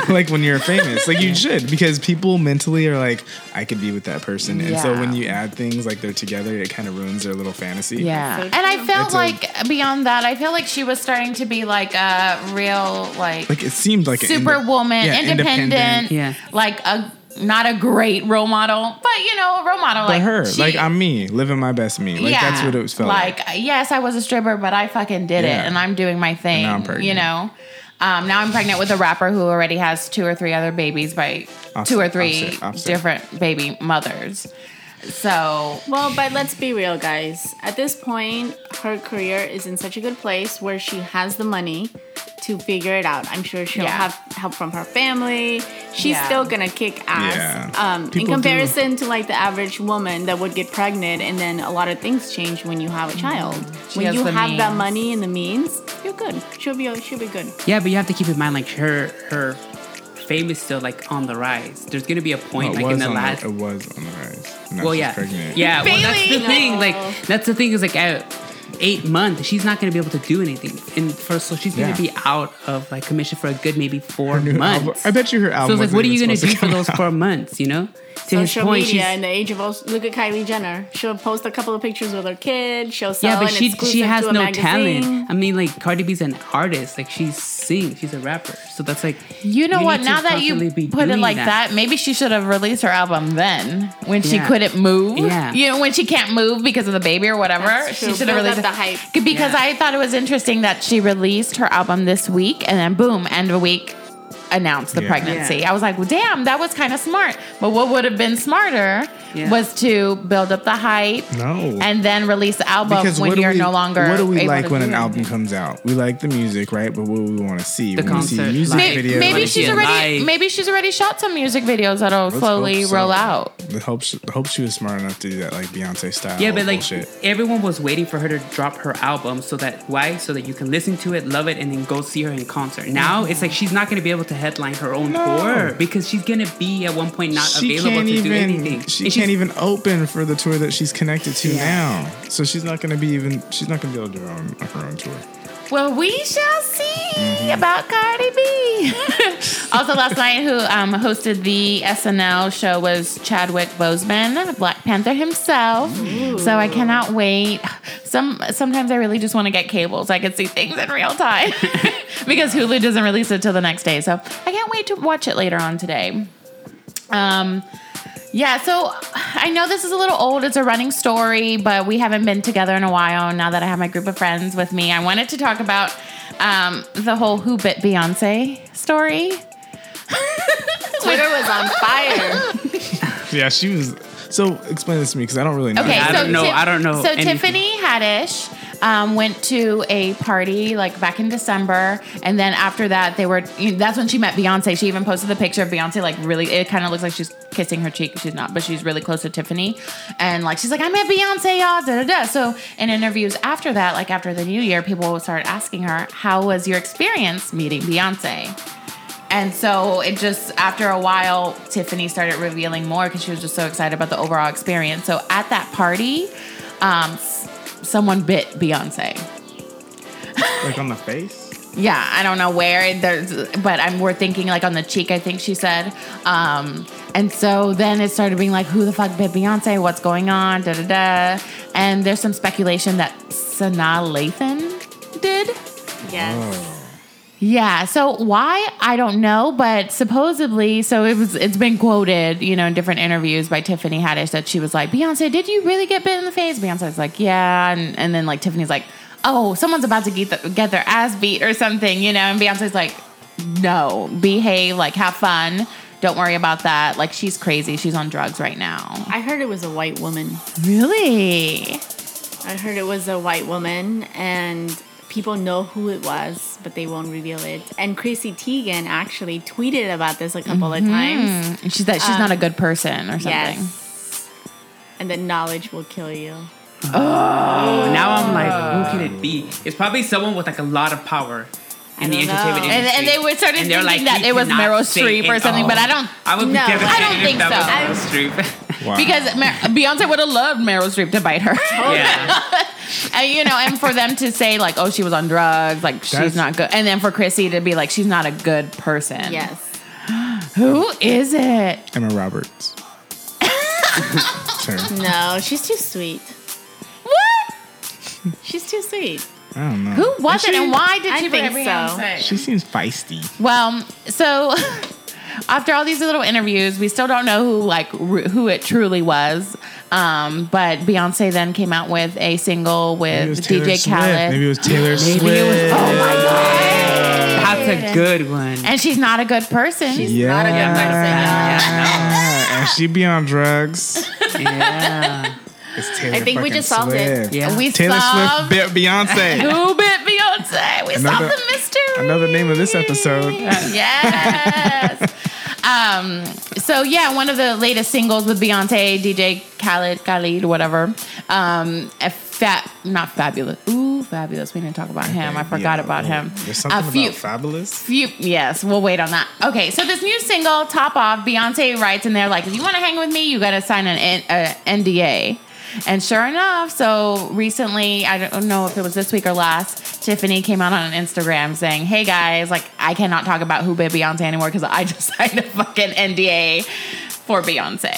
like when you're famous, like you should because people mentally are like, I could be with that person, and so Yeah. when you add things like they're together, it kind of ruins their little fantasy. Yeah, So and I true. felt It's a- like beyond that, I feel like she was starting to be like a real like, like it seemed like an inde- superwoman, yeah, independent, Yeah. like a not a great role model, but you know, a role model But like her, she- like I'm me, living my best me. Like that's what it was felt like. like. yes, I was a stripper, but I fucking did Yeah. it, and I'm doing my thing. now I'm pregnant. You know, um, now I'm pregnant with a rapper who already has two or three other babies by two or Offset, three offset, offset. different baby mothers. So Well, but let's be real, guys. At this point, her career is in such a good place where she has the money to figure it out. I'm sure she'll Yeah. have help from her family. She's Yeah. still gonna kick ass. Yeah. Um, in People do. comparison to like the average woman that would get pregnant, and then a lot of things change when you have a Mm-hmm. child. She when has you the have that means. money and the means, you're good. She'll be she'll be good. Yeah, but you have to keep in mind, like her her fame is still like on the rise. There's gonna be a No, point, it like in was the on last. the, it was on the rise. Now well, she's yeah, pregnant. yeah. Well, that's the Bailey! thing. No. Like that's the thing is like at eight months, she's not gonna be able to do anything. And first, so she's gonna Yeah. be out of like commission for a good maybe four New album- months. I bet you her So album. it's like, wasn't what are you even gonna do supposed for to come those out. four months? You know, to his Social point, media she's in the age of os- look at Kylie Jenner. She'll post a couple of pictures with her kid. She'll sell yeah, but an she she exclusive has to a no magazine. talent. I mean, like Cardi B's an artist. Like she sings, she's a rapper. So that's like You know what? need to Now that you constantly be put it doing like that. maybe she should have released her album then when she Yeah. couldn't move. Yeah. You know, when she can't move because of the baby or whatever. That's She true. should have Build released up the it. hype. Because Yeah. I thought it was interesting that she released her album this week and then boom, end of week announced the Yeah. pregnancy. Yeah. I was like, well, damn, that was kind of smart. But what would have been smarter Yeah. was to build up the hype No. and then release the album Because when what do you're we- no longer What do we able like to when do an it. album comes out? We like the music, right? But what do we want to see? The we wanna see concert, music like- Maybe, videos. maybe Like, she's yeah, already live. maybe she's already shot some music videos that'll Let's slowly hope so. roll out. I hope she, I hope she was smart enough to do that, like Beyonce style. Yeah, but like bullshit. everyone was waiting for her to drop her album so that why? So that you can listen to it, love it, and then go see her in concert. Now it's like she's not gonna be able to headline her own No. tour because she's gonna be at one point not she available can't to even do anything. she And she's- can't even open for the tour that she's connected to Yeah. now. So she's not gonna be even. She's not gonna be able to do her own, her own tour. Well, we shall see about Cardi B. also, last night, who um, hosted the SNL show was Chadwick Boseman, Black Panther himself. So I cannot wait. Some sometimes I really just want to get cables. I could see things in real time because Hulu doesn't release it till the next day. So I can't wait to watch it later on today. Um, yeah, so I know this is a little old. It's a running story, but we haven't been together in a while. Now that I have my group of friends with me, I wanted to talk about um, the whole Who Bit Beyonce story. Twitter was on fire. Yeah, she was. So explain this to me because I don't really know. Okay, I so don't know- Ti- I don't know So anything. Tiffany Haddish um, went to a party like back in December, and then after that, they were. You that's when she met Beyonce. She even posted the picture of Beyonce, like really. It kind of looks like she's kissing her cheek. She's not, but she's really close to Tiffany, and like she's like, "I met Beyonce, y'all." Da da da. So in interviews after that, like after the new year, people would start asking her, "How was your experience meeting Beyonce?" And so it just, after a while, Tiffany started revealing more because she was just so excited about the overall experience. So at that party, um, s- someone bit Beyonce. like on the face. Yeah, I don't know where there's, but I'm we're thinking like on the cheek. I think she said. Um, and so then it started being like, who the fuck bit Beyonce? What's going on? Da da da. And there's some speculation that Sanaa Lathan did. Oh. Yes. Yeah. So why I don't know, but supposedly, so it was. It's been quoted, you know, in different interviews by Tiffany Haddish that she was like, "Beyonce, did you really get bit in the face?" Beyonce's like, "Yeah," and, and then like Tiffany's like, "Oh, someone's about to get the, get their ass beat or something," you know, and Beyonce's like, "No, behave, like have fun." Don't worry about that. Like she's crazy. She's on drugs right now. I heard it was a white woman. Really? I heard it was a white woman, and people know who it was, but they won't reveal it. And Chrissy Teigen actually tweeted about this a couple of times. And she's that she's not a good person or Mm-hmm. something. Yes. And that knowledge will kill you. now I'm like, who can it be? It's probably someone with like a lot of power. in the don't entertainment And, know. industry. and they would started And thinking they're like, that "You it was cannot Meryl say Streep or it something, all." but I don't. I would be no, devastated I don't if think that so. was Meryl Streep. Wow. Because Mer- Beyonce would have loved Meryl Streep to bite her. yeah. and, you know, and for them to say like, "Oh, she was on drugs," like That's- she's not good, and then for Chrissy to be like, "She's not a good person." Yes. Who is it? Emma Roberts. Sorry. No, she's too sweet. What? She's too sweet. I don't know. Who was it, and why did I she think bring so. Beyonce? She seems feisty. Well, so after all these little interviews, we still don't know who like ru- who it truly was. Um, but Beyonce then came out with a single Maybe it with was Taylor DJ Swift. Uh, Khaled. Maybe it was Taylor Swift. That's a good one. and she's not a good person. yeah. Not a good Yeah. person, y'all. Ah, and she be on drugs. yeah. It's Taylor I think we fucking just solved it. Swift. Yeah. We Taylor solved Swift, Be- Beyonce. who bit Beyonce. We Another- solved the mystery. Another name of this episode. yes. um, so yeah, one of the latest singles with Beyonce, DJ Khaled, Khalid, whatever. Um, a fat, not fabulous. Ooh, fabulous. We didn't talk about him. I forgot Yeah, about ooh. him. There's something a few. about fabulous. Few, yes, we'll wait on that. Okay, so this new single, Top Off, Beyonce writes in there, like, if you want to hang with me, you got to sign an N- uh, NDA. And sure enough, so recently, I don't know if it was this week or last, Tiffany came out on Instagram saying, hey guys, like, I cannot talk about who bit Beyonce anymore because I just signed a fucking NDA for Beyonce.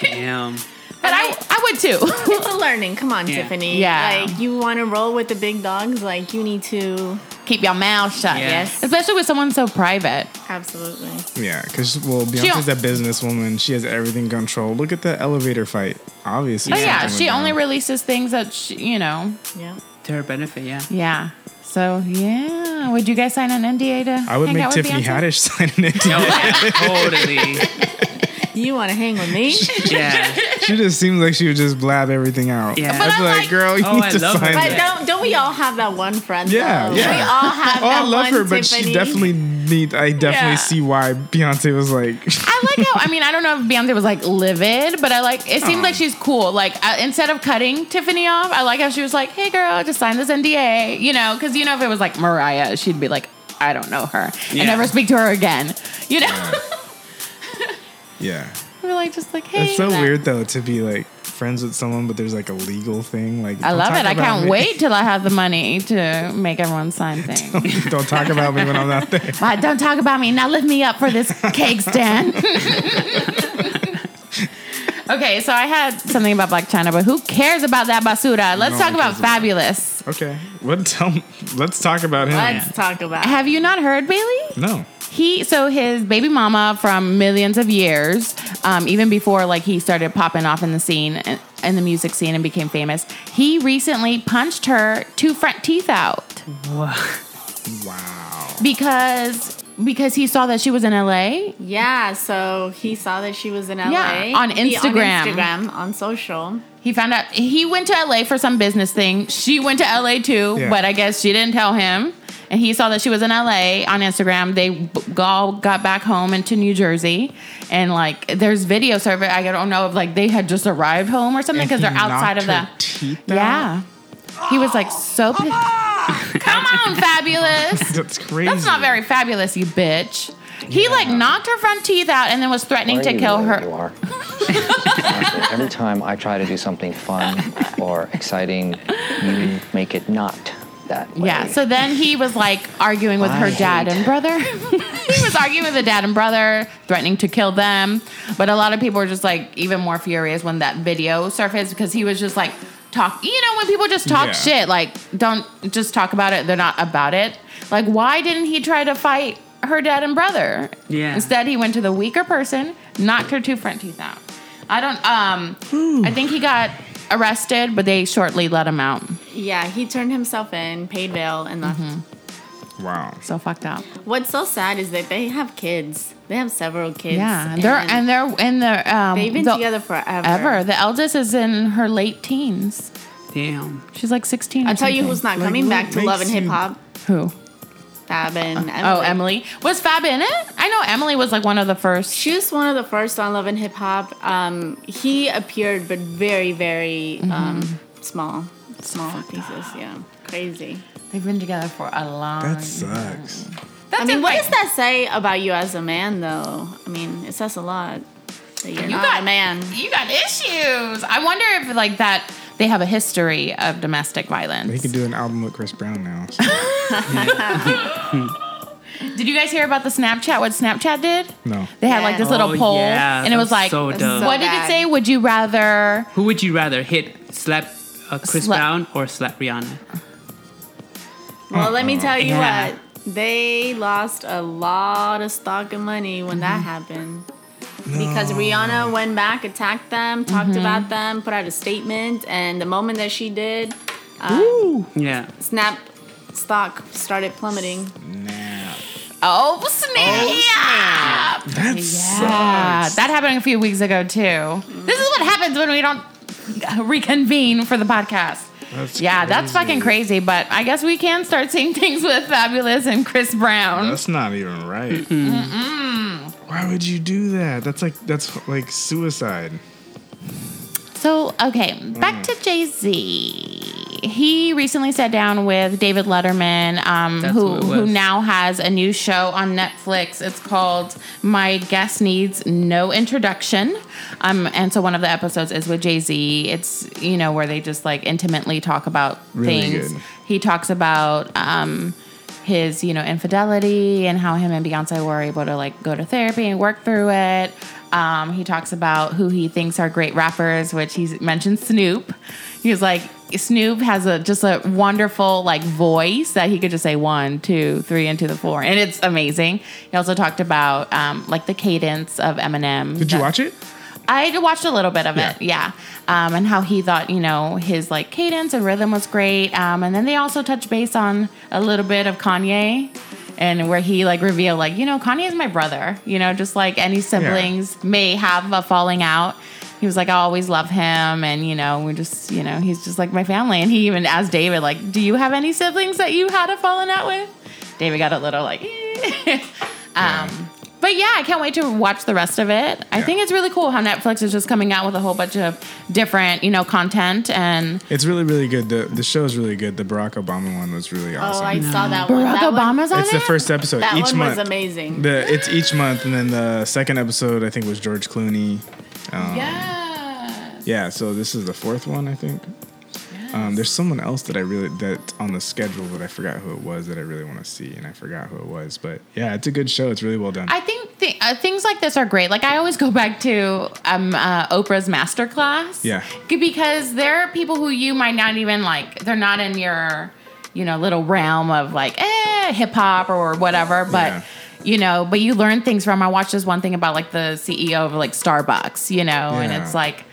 Damn. but I, I would too. It's a learning. Come on, Yeah. Tiffany. Yeah. Like you want to roll with the big dogs, like you need to. Keep your mouth shut. Yeah. Yes. Especially with someone so private. Absolutely. Yeah, because well, don't- Beyonce's a businesswoman. She has everything controlled. Look at the elevator fight. Obviously. But Oh, yeah, something she went only down. releases things that, she, you know, Yeah. To her benefit, yeah. Yeah. So yeah, would you guys sign an NDA to? I would hang make out Tiffany with Beyonce? Haddish sign an NDA. No, yeah, totally. You want to hang with me? Yeah. She just seems like she would just blab everything out. Yeah. I'd But be I'm like, like- girl, you Oh, need I to love her. sign But that. don't don't we all have that one friend? Yeah, though? yeah. We all have. Oh, I that love one her, but Tiffany. she definitely need. I definitely Yeah. see why Beyonce was like, I like how I mean I don't know if Beyonce was like livid, but I like it seemed Aw. like she's cool. Like I, instead of cutting Tiffany off, I like how she was like, "Hey girl, just sign this NDA," you know, because you know if it was like Mariah, she'd be like, "I don't know her, Yeah. and never speak to her again," you know. yeah. We're like just like, "Hey." It's so that- weird though to be like friends with someone, but there's like a legal thing. Like, I don't love talk it. I about can't me. wait till I have the money to make everyone sign things. don't talk about me when I'm not there. Why don't talk about me. Now lift me up for this cake stand. okay, so I had something about Black China, but who cares about that basura? Let's No talk one about cares about Fabulous. Okay, what? Tell, let's talk about him. Let's talk about. Have you not heard Bailey? No, He so his baby mama from millions of years, um, even before like he started popping off in the scene in the music scene and became famous. He recently punched her two front teeth out Wow. wow. because because he saw that she was in LA Yeah, so he saw that she was in LA. Yeah, on He- Instagram. on Instagram, on social. He found out he went to LA for some business thing. She went to LA too, Yeah. but I guess she didn't tell him. And he saw that she was in LA on Instagram. They b- all got back home into New Jersey, and like there's video survey. I don't know if like they had just arrived home or something because And they're he outside of the. knocked her teeth out? Yeah, he was like so. Come on, come on, fabulous. That's crazy. That's not very fabulous, you bitch. He like knocked her front teeth out and then was threatening Why to are you kill the way that her. You are. Honestly, Every time I try to do something fun or exciting, you make it not that way. Yeah. So then he was like arguing with her I dad hate- and brother. he was arguing with the dad and brother, threatening to kill them. But a lot of people were just like even more furious when that video surfaced because he was just like talk. You know, when people just talk Yeah. shit, like don't just talk about it. They're not about it. Like, why didn't he try to fight her dad and brother? Yeah. Instead, he went to the weaker person, knocked her two front teeth out. I don't. Um. I think he got arrested, but they shortly let him out. Yeah, he turned himself in, paid bail, and left. Mm-hmm. wow. So fucked up. What's so sad is that they have kids. They have several kids. Yeah, they're and they're in their um, they've been the- together forever. ever. The eldest is in her late teens. Damn. She's like sixteen. I'll tell you who's not coming what back to makes Love and you- Hip Hop. who. Fab and Emily. Oh, Emily was Fab in it. I know Emily was like one of the first. She was one of the first on Love and Hip Hop. Um, he appeared, Mm-hmm. but very, very um, small, small pieces. Yeah, crazy. They've been together for a long That sucks. That's I mean, what invite- does that say about you as a man, though? I mean, it says a lot that you're You not got a Oh, man. You got issues. I wonder if like that they have a history of domestic He violence. could do an album with Chris Brown now. so- Did you guys hear about the Snapchat? What Snapchat did? no. They had like Yeah. this little Oh, poll, yeah. and it was That's like, so what That's dumb. so did it bad. say? Would you rather? Who would you rather hit, slap uh, Chris Slap- Brown or slap Rihanna? Well, let Oh, me tell you Yeah. what. They lost a lot of stock and money when Mm-hmm. that happened. Because Rihanna went back, attacked them, talked Mm-hmm. about them, put out a statement, and the moment that she did, Yeah. Snap stock started plummeting. Nah. Oh snap! That Yeah, sucks. Ah, that happened a few weeks ago too. This is what happens when we don't reconvene for the podcast. That's yeah, that's fucking crazy. But I guess we can start seeing things with Fabulous and Chris Brown. That's not even right. Why would you do that? That's like that's like suicide. So, okay, back to Jay Z. He recently sat down with David Letterman, um, That's who who it who was. now has a new show on Netflix. It's called My Guest Needs No Introduction, um, and so one of the episodes is with Jay Z. It's you know where they just like intimately talk about Really things. good. He talks about. Um, his, you know, infidelity and how him and Beyonce were able to like go to therapy and work through it. Um, he talks about who he thinks are great rappers, which he mentioned Snoop. He was like, Snoop has a just a wonderful like voice that he could just say one, two, three, and to the four, and it's amazing. He also talked about um, like the cadence of Eminem. Did you watch it? I watched a little bit of Yeah. it, yeah, um, and how he thought you know his like cadence and rhythm was great, um, and then they also touched base on a little bit of Kanye, and where he like revealed like you know Kanye is my brother, you know just like any siblings may have a falling out. He was like, I always love him, and you know, we just, you know, he's just like my family. And he even asked David, like, do you have any siblings that you had a falling out with? David got a little like, "Eh." um, but yeah, I can't wait to watch the rest of it. I Yeah. think it's really cool how Netflix is just coming out with a whole bunch of different, you know, content and It's really really good. The the show is really good. The Barack Obama one was really awesome. Oh, I saw that one. Barack that one, Obama's on it's it. the first episode that each one month. was amazing. The it's each month, and then the second episode I think was George Clooney. Yeah. Yeah, so this is the fourth one I think. Um, there's someone else that I really that on the schedule, but I forgot who it was that I really want to see, and I forgot who it was. But yeah, it's a good show. It's really well done. I think th- uh, things like this are great. Like I always go back to um, uh, Oprah's masterclass. Yeah. C- Because there are people who you might not even like. They're not in your, you know, little realm of like eh, hip hop or whatever. But Yeah. you know, but you learn things from. I watched this one thing about like the CEO of like Starbucks. You know, and Yeah. it's like.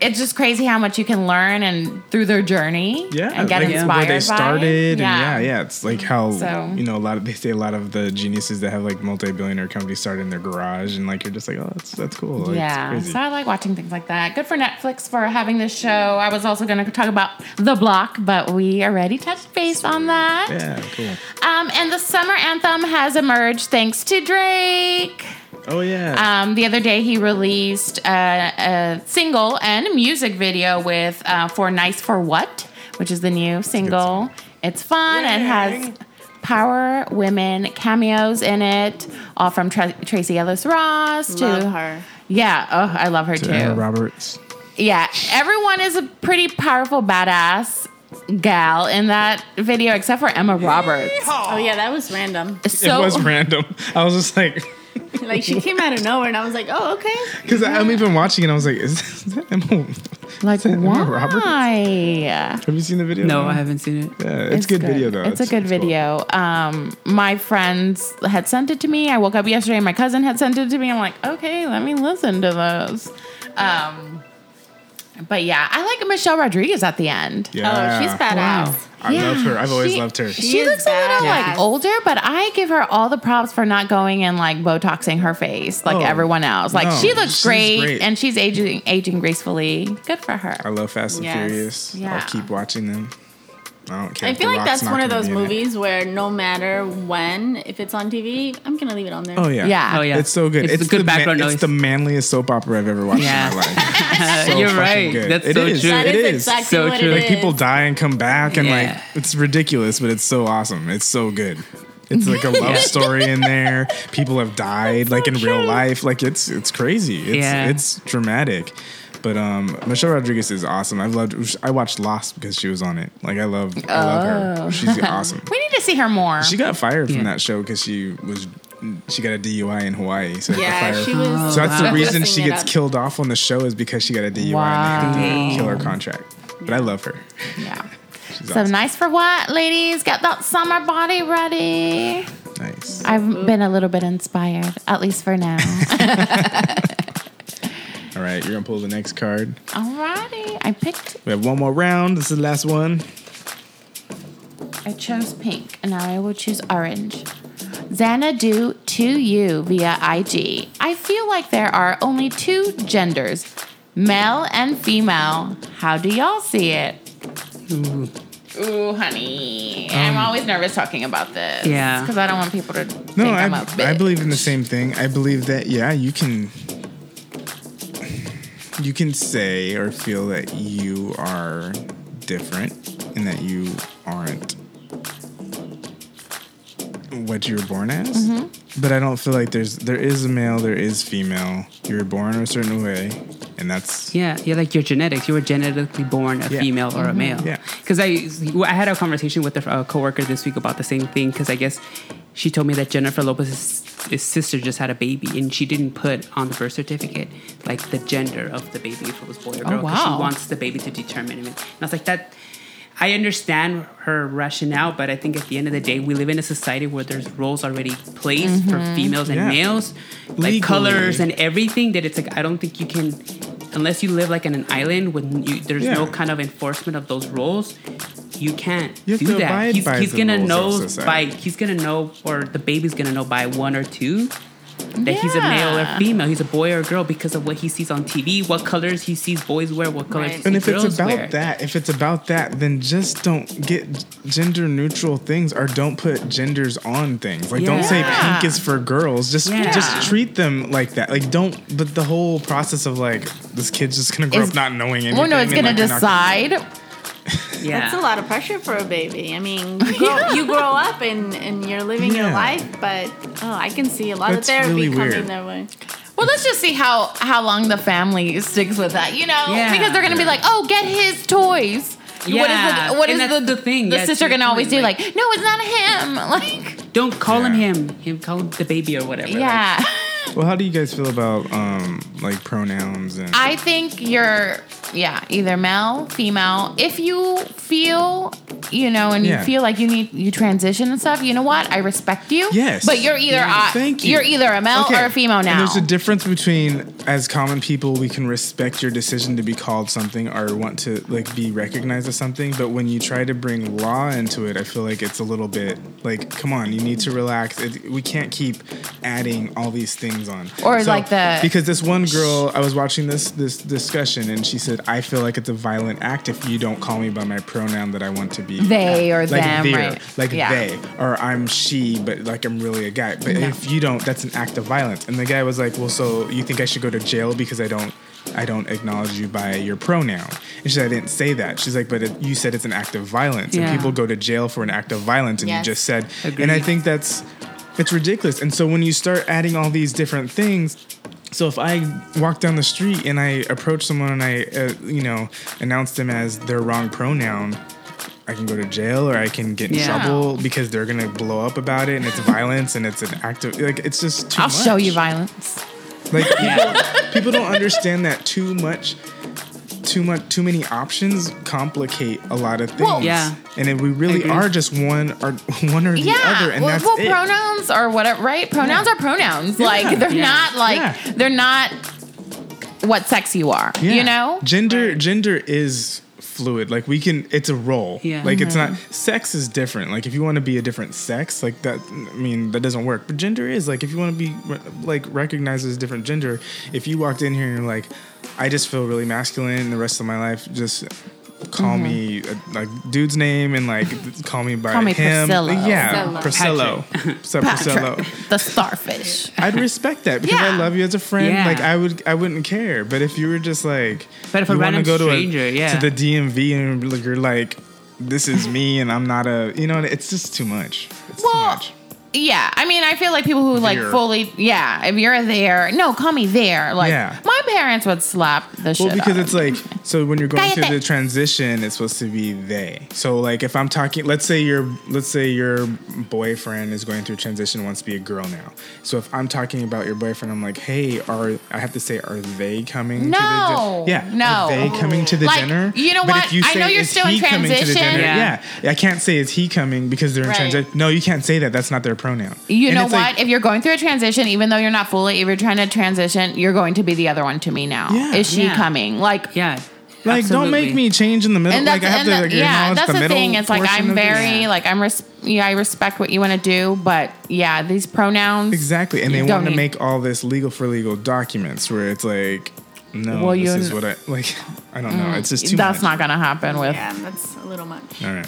It's just crazy how much you can learn and through their journey yeah, and get like inspired where by they it. started. and yeah, yeah. It's like how So- you know a lot of they say a lot of the geniuses that have like multi-billionaire companies start in their garage, and like you're just like, oh, that's that's cool. Like, it's yeah, crazy. so I like watching things like that. Good for Netflix for having this show. I was also going to talk about The Block, but we already touched base on that. yeah, cool. Um, and the summer anthem has emerged thanks to Drake. Oh yeah. Um, the other day, he released a, a single and music video with uh, "For Nice for What," which is the new single. song. It's fun. It has power women cameos in it, all from Tra- Tracy Ellis Ross to Love her. Yeah, oh, I love her To too. Emma Roberts. Yeah, everyone is a pretty powerful badass gal in that video, except for Emma Roberts. Oh yeah, that was random. So it was random. I was just like, Like she came out of nowhere, and I was like, oh okay. because I'm even watching it. I was like, is, that Emma? like, that Emma why? Have you seen the video? No, I haven't seen it. Yeah, it's, good, video though. It's, a good cool. video. Um, my friends had sent it to me. I woke up yesterday. My cousin had sent it to me. I'm like, okay, let me listen to those. Um, but yeah, I like Michelle Rodriguez at the end. Yeah. Oh, she's badass. Wow. I love Yeah, her. I've always she- loved her. She, She is looks a little like badass. older, but I give her all the props for not going and like botoxing her face like Oh, everyone else. Like no, she looks she's great, great. and she's aging aging gracefully. Good for I her. love Fast and Yes. Furious. Yeah. I'll keep watching them. I don't care. I if feel The like Rock's that's not one of gonna those be in it. movies where no matter when, if it's on TV, I'm gonna leave it on there. Oh yeah. Yeah. Oh yeah, It's so good. It's, the a good ma- background noise. It's the manliest soap opera I've ever watched Yeah. in my life. so You're fucking right. good. That's It so is. true. that it is, is. exactly So what true. it Like, is. People die and come back, and Yeah. like it's ridiculous, but it's so awesome. It's so good. It's like a love story in there. People have died, like in real life. Like it's it's crazy. It's Yeah. it's dramatic. But um, Michelle Rodriguez is awesome. I've loved. I watched Lost because she was on it. Like I love. I love Oh. her. She's awesome. We need to see her more. She got fired from Yeah. that show because she was she got a DUI in Hawaii. So they got yeah, fired. she was. so that's wow. the reason she messing it gets up. killed off on the show is because she got a DUI and they had to kill her contract. But I love her. yeah. She's So awesome. nice for what, ladies? Get that summer body ready. nice. I've been a little bit inspired, at least for now. All right, you're gonna pull the next card. Alrighty. I picked, We have one more round. This is the last one. I chose pink, and now I will choose orange. Xanadu to you via IG. I feel like there are only two genders, male and female. How do y'all see it? Ooh. Ooh, honey. I'm always nervous talking about this. Yeah. Because I don't want people to No, think I, am a I, bitch. I believe in the same thing. I believe that yeah, you can you can say or feel that you are different and that you aren't what you were born as. But I don't feel like there's there is a male, there is female. You were born a certain way, and that's Yeah, yeah, like your genetics. You were genetically born Yeah. a Mm-hmm. female or a male. Yeah. Because I, well, I had a conversation with a, a coworker this week about the same thing. Because I guess she told me that Jennifer Lopez's his sister just had a baby, and she didn't put on the birth certificate like the gender of the baby if it was boy Oh, or girl. 'cause wow. She wants the baby to determine it. And I was like that. I understand her rationale, but I think at the end of the day, we live in a society where there's roles already placed for females and Mm-hmm. Yeah. males, like Legally. colors and everything. That it's like I don't think you can, unless you live like on an island when you, there's no Yeah. kind of enforcement of those roles, you can't You have do to that. abide He's, by he's the gonna rules of know by society. he's gonna know or the baby's gonna know by one or two that he's a male Yeah. or female, he's a boy or a girl because of what he sees on TV, what colors he sees boys wear, what colors Right. he And if sees it's girls about wear. that, if it's about that, then just don't get gender neutral things or don't put genders on things. Like don't say Yeah. pink is for girls. Just Yeah. just treat them like that. Like don't but the whole process of like this kid's just gonna grow Is- up not knowing anything. Well, no, it's and, going to like, they're not decide. yeah. That's a lot of pressure for a baby. I mean, you grow, you grow up and, and you're living your Yeah. life, but oh, I can see a lot That's of therapy really coming weird. their way. Well, let's just see how how long the family sticks with that, you know? Yeah. Because they're going to be like, oh, get his toys. Yeah. What is And the, what that's is the thing. The Yeah, sister to going to your always point, do like, like- no, it's not him. Like, Don't call him Yeah. him. Him call him the baby or whatever. Like, yeah. Well, how do you guys feel about um like pronouns and I think you're, yeah, either male, female. If you feel, you know, and Yeah. you feel like you need you transition and stuff, you know what? I respect you. Yes. But you're either Yeah. a, Thank you. are either a male Okay. or a female And now. there's a difference between as common people, we can respect your decision to be called something or want to like be recognized as something, but when you try to bring law into it, I feel like it's a little bit like, come on, you need to relax. It, we can't keep adding all these things on. Or like the- because this one girl, I was watching this this discussion, and she said, I feel like it's a violent act if you don't call me by my pronoun that I want to be they or like them, they're, right? like Yeah. they, or I'm she, but like I'm really a guy. But if you don't, that's an act of violence. And the guy was like, well, so you think I should go to jail because I don't, I don't acknowledge you by your pronoun? And she said, I didn't say that. She's like, but it, you said it's an act of violence, Yeah. and people go to jail for an act of violence, and Yes. you just said. And I Agreed. think that's, it's ridiculous. And so when you start adding all these different things, so if I walk down the street and I approach someone and I, uh, you know, announce them as their wrong pronoun, I can go to jail or I can get in Yeah. trouble because they're gonna blow up about it and it's violence and it's an act of like it's just too I'll much. show you violence. Like people, people don't understand that too much. Too much, too many options complicate a lot of things. Well- Yeah. and then we really Agree. are just one or one or the Yeah. other, and well, that's well, it. pronouns are whatever, right? Pronouns are pronouns. Like they're Yeah. not like Yeah. they're not what sex you are. Yeah. You know? gender gender is fluid like we can it's a role Yeah. like it's Mm-hmm. not sex is different like if you want to be a different sex like that i mean that doesn't work but gender is like if you want to be re- like recognized as a different gender if you walked in here and you're like i just feel really masculine the rest of my life just call me uh, like dude's name and like th- call me by Mm-hmm. Call me him. Priscilla. Yeah, Priscilla. What's up, Priscilla? Patrick, the starfish. I'd respect that because I Yeah. love you as a friend. Yeah. Like I would, I wouldn't care. But if you were just like, But if a you wanna random to stranger, yeah. to the DMV and like, you're like, this is me and I'm not a, you know, it's just too much. It's too Well, much. yeah. I mean, I feel like people who like There. fully, yeah. If you're there, no, call me there. Like Yeah. my parents would slap the shit. Well, because out it's like so when you're going Cállate. through the transition, it's supposed to be they. So like if I'm talking, let's say your let's say your boyfriend is going through transition and wants to be a girl now. So if I'm talking about your boyfriend, I'm like, hey, are I have to say, are they coming? to No. the din- yeah, No. are they coming to the Like, dinner? you know But what? if you I say, know you're "Is still in he coming to the transition." dinner?" Yeah. Yeah. I can't say is he coming because they're in Right. transition. No, you can't say that. That's not their pronoun. You And know it's what? like- if you're going through a transition, even though you're not fully, if you're trying to transition, you're going to be the other one to me now. Yeah. Is she Yeah. coming? Like, Yeah. like don't make absolutely. me change in the middle. and like I that's have and to the- like, yeah, acknowledge that's the, middle thing. It's like portion I'm of this. very Yeah. like I'm res- yeah, I respect what you want to do, but yeah, these pronouns Exactly, and you they don't want to need- make all this legal for legal documents where it's like, no, Well, this you- is what I like. I don't know. It's just too that's much. not going to happen with Yeah, that's a little much. All right,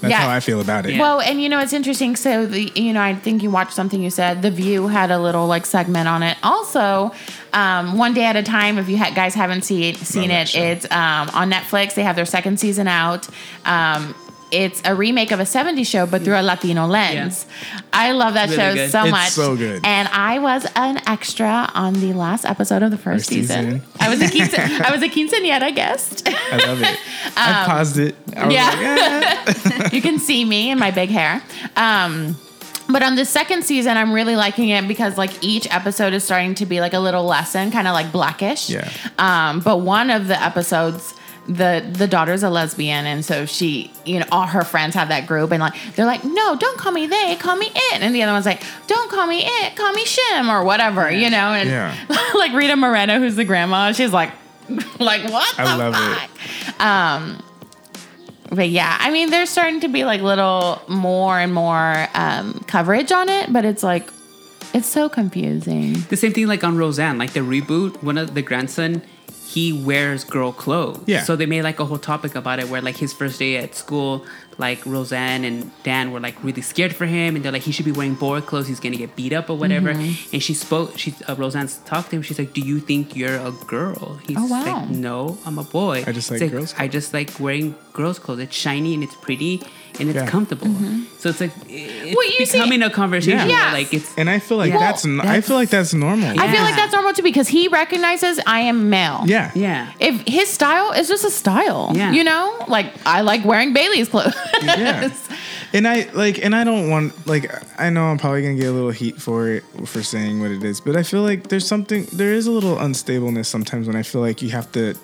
that's Yeah. how I feel about it. Yeah. Well, and you know it's interesting. So the you know I think you watched something you said. The View had a little like segment on it. Also, um, one day at a time. If you ha- guys haven't seen seen Love that it, show. it's um, on Netflix. They have their second season out. Um, it's a remake of a 70s show, but through a Latino lens. I love that Really show good. so It's much. so good. And I was an extra on the last episode of the first, First season. season. I was a quince- I was a quinceañera guest. I love it. I paused it. I was Um, yeah. like, "Ah." you can see me and my big hair. Um, but on the second season, I'm really liking it because like each episode is starting to be like a little lesson, kind of like blackish. Yeah. Um, but one of the episodes. The, the daughter's a lesbian and so she you know all her friends have that group and like they're like no don't call me they call me it and the other one's like don't call me it call me shim or whatever you know and Yeah. like Rita Moreno who's the grandma she's like like what I the love it. Oh, fuck? Um, But yeah, I mean, there's starting to be like little more and more um, coverage on it, but it's like, it's so confusing. The same thing like on Roseanne, like the reboot, one of the grandson, he wears girl clothes. Yeah. So they made like a whole topic about it where like his first day at school, like Roseanne and Dan were like really scared for him and they're like he should be wearing boy clothes, he's gonna get beat up or whatever. Mm-hmm. And she spoke she uh, Roseanne talked to him, she's like, Do you think you're a girl? He's Oh, wow. like, No, I'm a boy. I just He's like girls' I just like wearing girls' clothes. It's shiny and it's pretty and it's Yeah. Mm-hmm. comfortable. So it's like it's Well, you see- becoming a conversation. Yeah. where, Yes. like it's and I feel like Well, that's, n I I feel like that's normal. I feel like Yeah. that's normal too because he recognizes I am male. yeah, yeah. If his style is just a style, Yeah. you know, like I like wearing Bailey's clothes. yeah. And I like, and I don't want like I know I'm probably gonna get a little heat for it for saying what it is, but I feel like there's something there is a little unstableness sometimes when I feel like you have to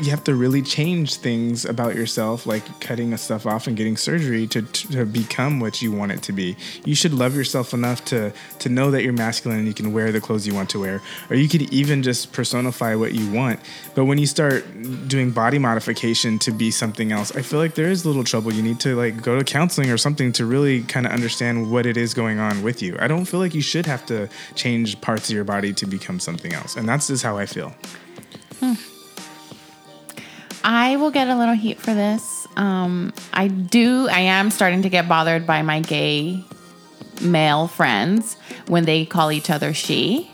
you have to really change things about yourself, like cutting stuff off and getting surgery to to become what you want it to be. You should love yourself enough to to know that you're masculine and you can wear the clothes you want to wear, or you could even just personify what you want. But when you start doing body modification to be something else, I feel like there is a little trouble. You need to like go to counseling or something to really kind of understand what it is going on with you. I don't feel like you should have to change parts of your body to become something else, and that's just how I feel. I will get a little heat for this. Um, I do. I am starting to get bothered by my gay male friends when they call each other she.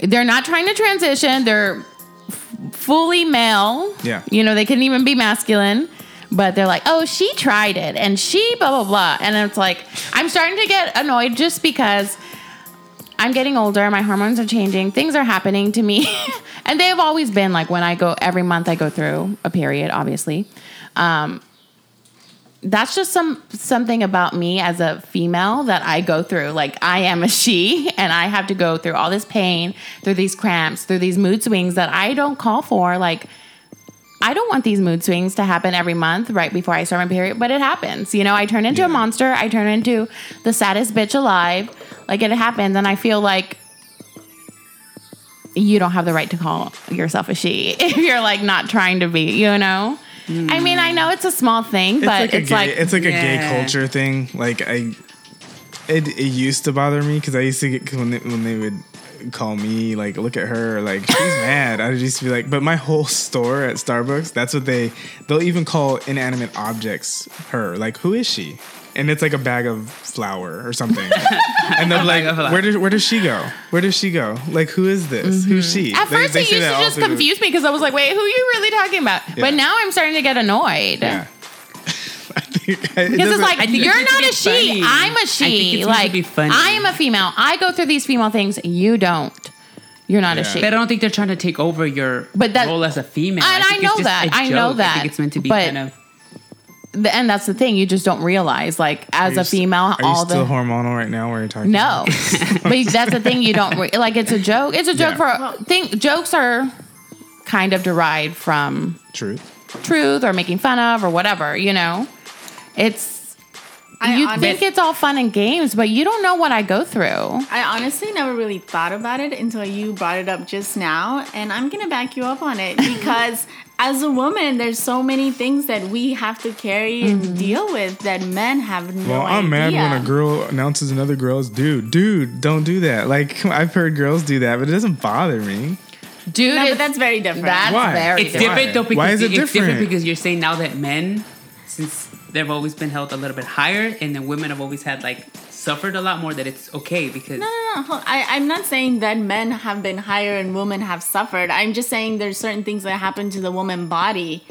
They're not trying to transition. They're f- fully male. Yeah. You know, they couldn't even be masculine. But they're like, oh, she tried it and she blah, blah, blah. And it's like, I'm starting to get annoyed just because I'm getting older, my hormones are changing, things are happening to me. and they've always been like when I go every month I go through a period, obviously. Um that's just some something about me as a female that I go through. Like I am a she and I have to go through all this pain, through these cramps, through these mood swings that I don't call for. Like I don't want these mood swings to happen every month right before I start my period, but it happens. You know, I turn into a monster. I turn into the saddest bitch alive. Like it happens, and I feel like you don't have the right to call yourself a she if you're like not trying to be. You know, I mean, I know it's a small thing, but a it's gay, like it's like a gay Yeah. culture thing. Like I, it, it used to bother me because I used to get when they, when they would like call me, like look at her, like she's mad. I would just be like, but my whole store at Starbucks, that's what they they'll even call inanimate objects her. Like, who is she? And it's like a bag of flour or something. and they're like, of flour. where does where does she go? Where does she go? Like, who is this? Who's she? Mm-hmm. At They- first, they it say used to that all just through the- confuse me because I was like, wait, who are you really talking about? Yeah. But now I'm starting to get annoyed. Yeah. I think I- it Because doesn't- it's like I think you're it's meant not to a be she. funny. I'm I a think she. it's meant to like be funny. I am a female. I go through these female things. You don't. You're not a Yeah. she. But I don't think they're trying to take over your But that- role as a female. And I think know it's just that. a I know joke. I that. think it's meant to be But- kind of. The- and that's the thing. You just don't realize, like, as Are you a st- female, Are you all still the hormonal right now? Where you're talking? no. but that's the thing. You don't re- like. It's a joke. It's a joke Yeah. for think. Jokes are kind of derived from truth. truth or making fun of or whatever. You know, it's. I you honest- think it's all fun and games, but you don't know what I go through. I honestly never really thought about it until you brought it up just now, and I'm gonna back you up on it because as a woman, there's so many things that we have to carry Mm-hmm. and deal with that men have no Well, I'm mad idea. when a girl announces another girl's dude. Dude, don't do that. Like I've heard girls do that, but it doesn't bother me. Dude, No, it's- but that's very different. That's Why? very It's It's different though because Why is it it's different different? because you're saying now that men, since they've always been held a little bit higher, and then women have always had like suffered a lot more. That it's okay because No, no, no. Uh, hold- I, I'm not saying that men have been higher and women have suffered. I'm just saying there's certain things that happen to the woman body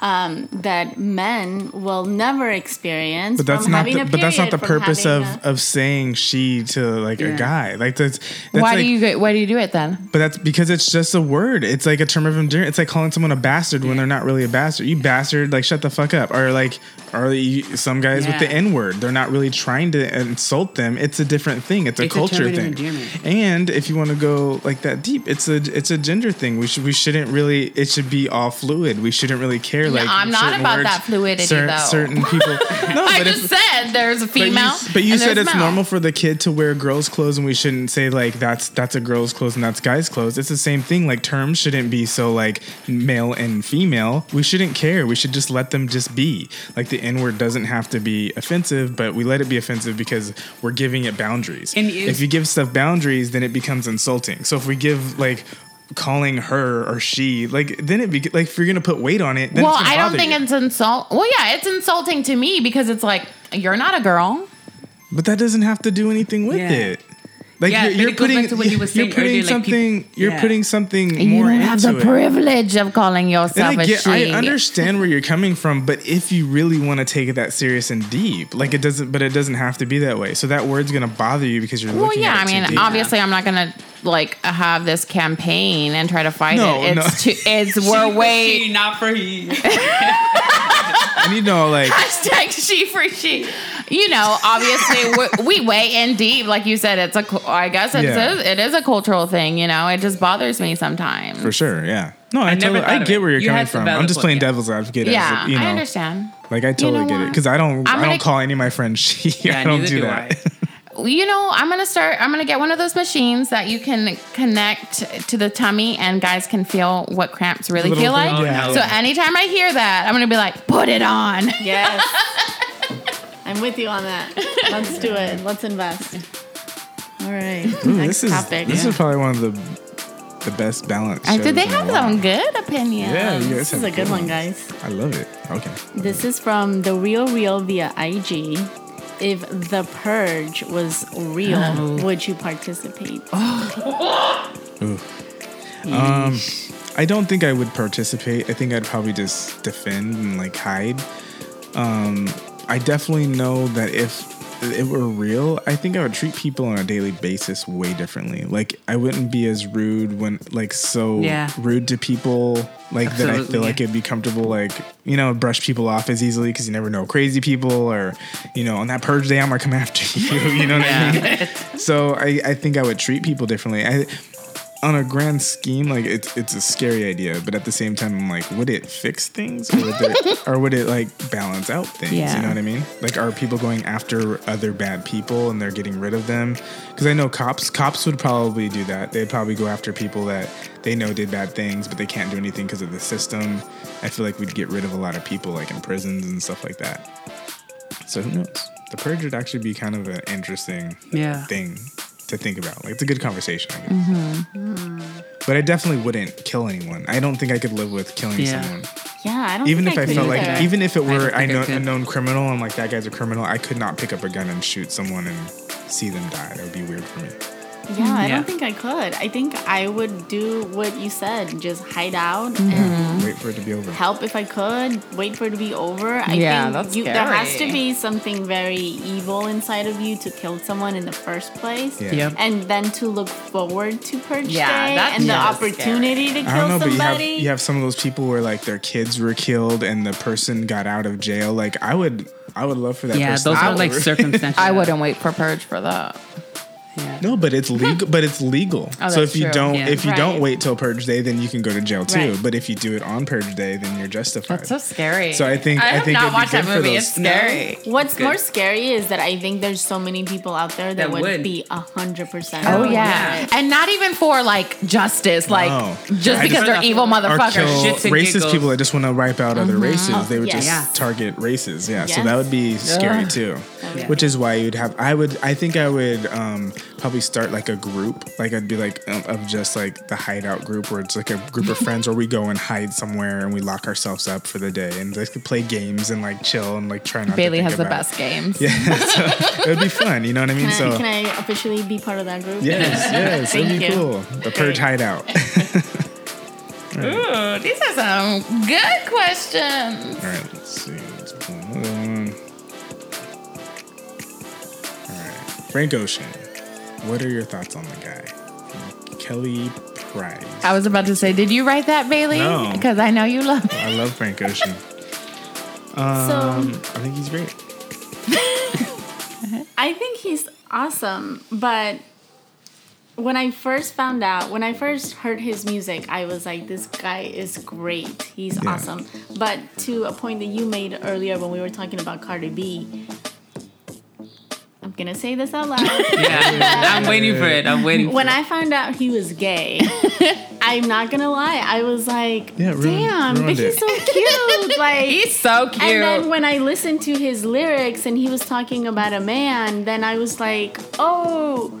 um, that men will never experience. But that's from not. having The, a but that's not the period, from purpose of having a- of saying she to like a Yeah. guy. Like that's. that's why like, do you get, why do you do it then? But that's because it's just a word. It's like a term of endearment. It's like calling someone a bastard when they're not really a bastard. You bastard, like shut the fuck up. Or like, or you, some guys with Yeah. the N word, they're not really trying to insult them. It's a different thing. It's a It's a culture term of thing. endearment. And if you want to go like that deep, it's a it's a gender thing. We should we shouldn't really. It should be all fluid. We shouldn't really care. like I'm not certain about words, that fluidity, though. Certain people. No, I but if- just said there's a but you- female. But you, and said there's it's male. normal for the kid to wear girls' clothes, and we shouldn't say like that's that's a girl's clothes and that's guys' clothes. It's the same thing. Like terms shouldn't be so like male and female. We shouldn't care. We should just let them just be. Like the N word doesn't have to be offensive, but we let it be offensive because we're giving it boundaries. And is- if you give stuff boundaries, then it becomes insulting. So if we give like calling her or she, like then it be like if you're gonna put weight on it. Then Well, it's gonna I don't bother think you. it's insult. Well, yeah, it's insulting to me because it's like you're not a girl. But that doesn't have to do anything with Yeah. it. Like Yeah, you're, but you're it goes putting, back to what he was you're saying putting earlier, like, people- something, you're yeah. putting something You more don't into have the it. privilege of calling yourself and I, a get, I she. understand where you're coming from, but if you really want to take it that serious and deep, like it doesn't, but it doesn't have to be that way. So that word's gonna bother you because you're Well, looking yeah, I at it too mean, deep. obviously, I'm not gonna like have this campaign and try to fight No, it. no. It's too. It's we're She- way she, not for he. I need to know, like, Hashtag she for she. You know, obviously we, we weigh in deep, like you said. It's a, cu- I guess it's Yeah. a, it is a cultural thing. You know, it just bothers me sometimes. for sure, yeah. No, I, never totally, thought I of get it. where you're You coming had some from. I'm valid just point, playing yeah. devil's advocate. Yeah, as, you know, I understand. Like I know totally get it what? because I don't, I'm I don't gonna- call any of my friends she. Yeah, I don't neither do do that. You know, I'm gonna start. I'm gonna get one of those machines that you can connect to the tummy, and guys can feel what cramps really Little feel like. thing, Oh, yeah. So anytime I hear that, I'm gonna be like, put it on. Yes. I'm with you on that. Let's do it. Let's invest. All right. Ooh, Next this is topic. this Yeah. is probably one of the the best balance. I Did they shows in a have while. some good opinions? Yeah, you guys This is have a good one, guys. I love it. Okay. This is from The Real Real via IG. If The Purge was real, would you participate? Um, I don't think I would participate. I think I'd probably just defend and like hide. Um, I definitely know that if it were real, I think I would treat people on a daily basis way differently. Like I wouldn't be as rude when like so Yeah. rude to people like that I Absolutely, feel like yeah. it'd be comfortable like you know brush people off as easily because you never know crazy people or you know on that purge day I'm gonna come after you. You know what I mean? So I, I think I would treat people differently. I, on a grand scheme, like it's it's a scary idea, but at the same time, I'm like, would it fix things, or would it, or would it like balance out things? You Yeah. know what I mean? Like, are people going after other bad people and they're getting rid of them? Because I know cops cops would probably do that. They'd probably go after people that they know did bad things, but they can't do anything because of the system. I feel like we'd get rid of a lot of people, like in prisons and stuff like that. So who knows? The purge would actually be kind of an interesting Yeah. thing. to think about. Like it's a good conversation. I guess. Mm-hmm. But I definitely wouldn't kill anyone. I don't think I could live with killing Yeah. someone. Yeah, I don't Even think if I, could felt either. like, even if it were don't I think I know, a could. known criminal, I'm like that guy's a criminal. I could not pick up a gun and shoot someone and see them die. That would be weird for me. Yeah, I Yeah. don't think I could. I think I would do what you said, just hide out and Mm-hmm. Wait for it to be over. help if I could, wait for it to be over. I Yeah, think that's you, there has to scary. be something very evil inside of you to kill someone in the first place. Yeah. Yep. And then to look forward to Purge Yeah, Day that's and the just opportunity to I don't know, kill but you have somebody. you have some of those people where like their kids were killed and the person got out of jail. Like I would, I would love for that. Yeah, person those to are be like over. circumstantial. I wouldn't wait for purge for that. Yeah. No, but it's legal. but it's legal. Oh, so that's if you true. don't, Yeah. if you don't Right. wait till purge day, then you can go to jail too. Right. But if you do it on purge day, then you're justified. That's so scary. So I think- I I have think it'd not be watched good that for movie. those- It's scary. What's Good. more scary is that I think there's so many people out there that, That would, would. be a hundred percent. Oh Oh, yeah. yeah. and not even for like justice, like No. just I because just- they're evil Or kill motherfuckers. Shits racist and giggles. people that just want to wipe out Uh-huh. other races. They would yes. just Yeah. target races. Yeah, so Yes. that would be scary Ugh. Oh, too. yeah. Which is why you'd have. I would. I think I would um, probably start like a group. Like I'd be like um, of just like the hideout group, where it's like a group of friends where we go and hide somewhere and we lock ourselves up for the day and like play games and like chill and like try not. to Bailey think has the about it. best games. It would be fun. You know what I mean? Can, so I, can I officially be part of that group? yes, yes, it'd Thank be you. cool. The purge hideout. Ooh, these are some good questions. All right, let's see. Let's pull another one. All right, Frank Ocean. What are your thoughts on the guy? Kelly Price. I was about to say, did you write that, Bailey? No. Because I know you love it. I love Frank Ocean. So I think he's great. I think he's awesome, but when I first found out, when I first heard his music, I was like, this guy is great. He's Yeah. awesome. But to a point that you made earlier when we were talking about Cardi B, I'm going to say this out loud. I'm waiting for it. I'm waiting. when I found out he was gay, I'm not going to lie. I was like, Yeah, ruined- damn, but ruined he's it." so cute. Like, He's so cute. And then when I listened to his lyrics and he was talking about a man, then I was like, oh,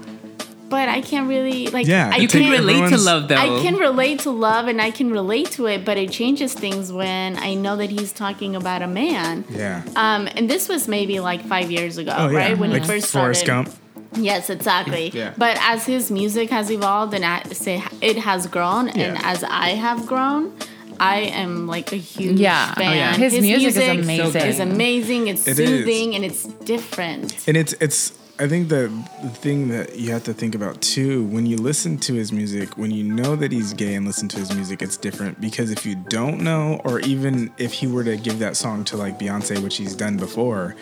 but I can't really like. Yeah, I you you can think relate to everyone's- love though. I can relate to love and I can relate to it, but it changes things when I know that he's talking about a man. Yeah. Um, and this was maybe like five years ago, oh yeah. right? When like he first Forrest started. Gump. Yes, exactly. Yeah. But as his music has evolved and as it has grown, and Yeah. as I have grown, I am like a huge Yeah. Oh, fan. yeah. His music is amazing. It's amazing. It's It is. soothing and it's different. And it's it's I think the, the thing that you have to think about too when you listen to his music, when you know that he's gay and listen to his music, it's different because if you don't know or even if he were to give that song to like Beyonce, which he's done before,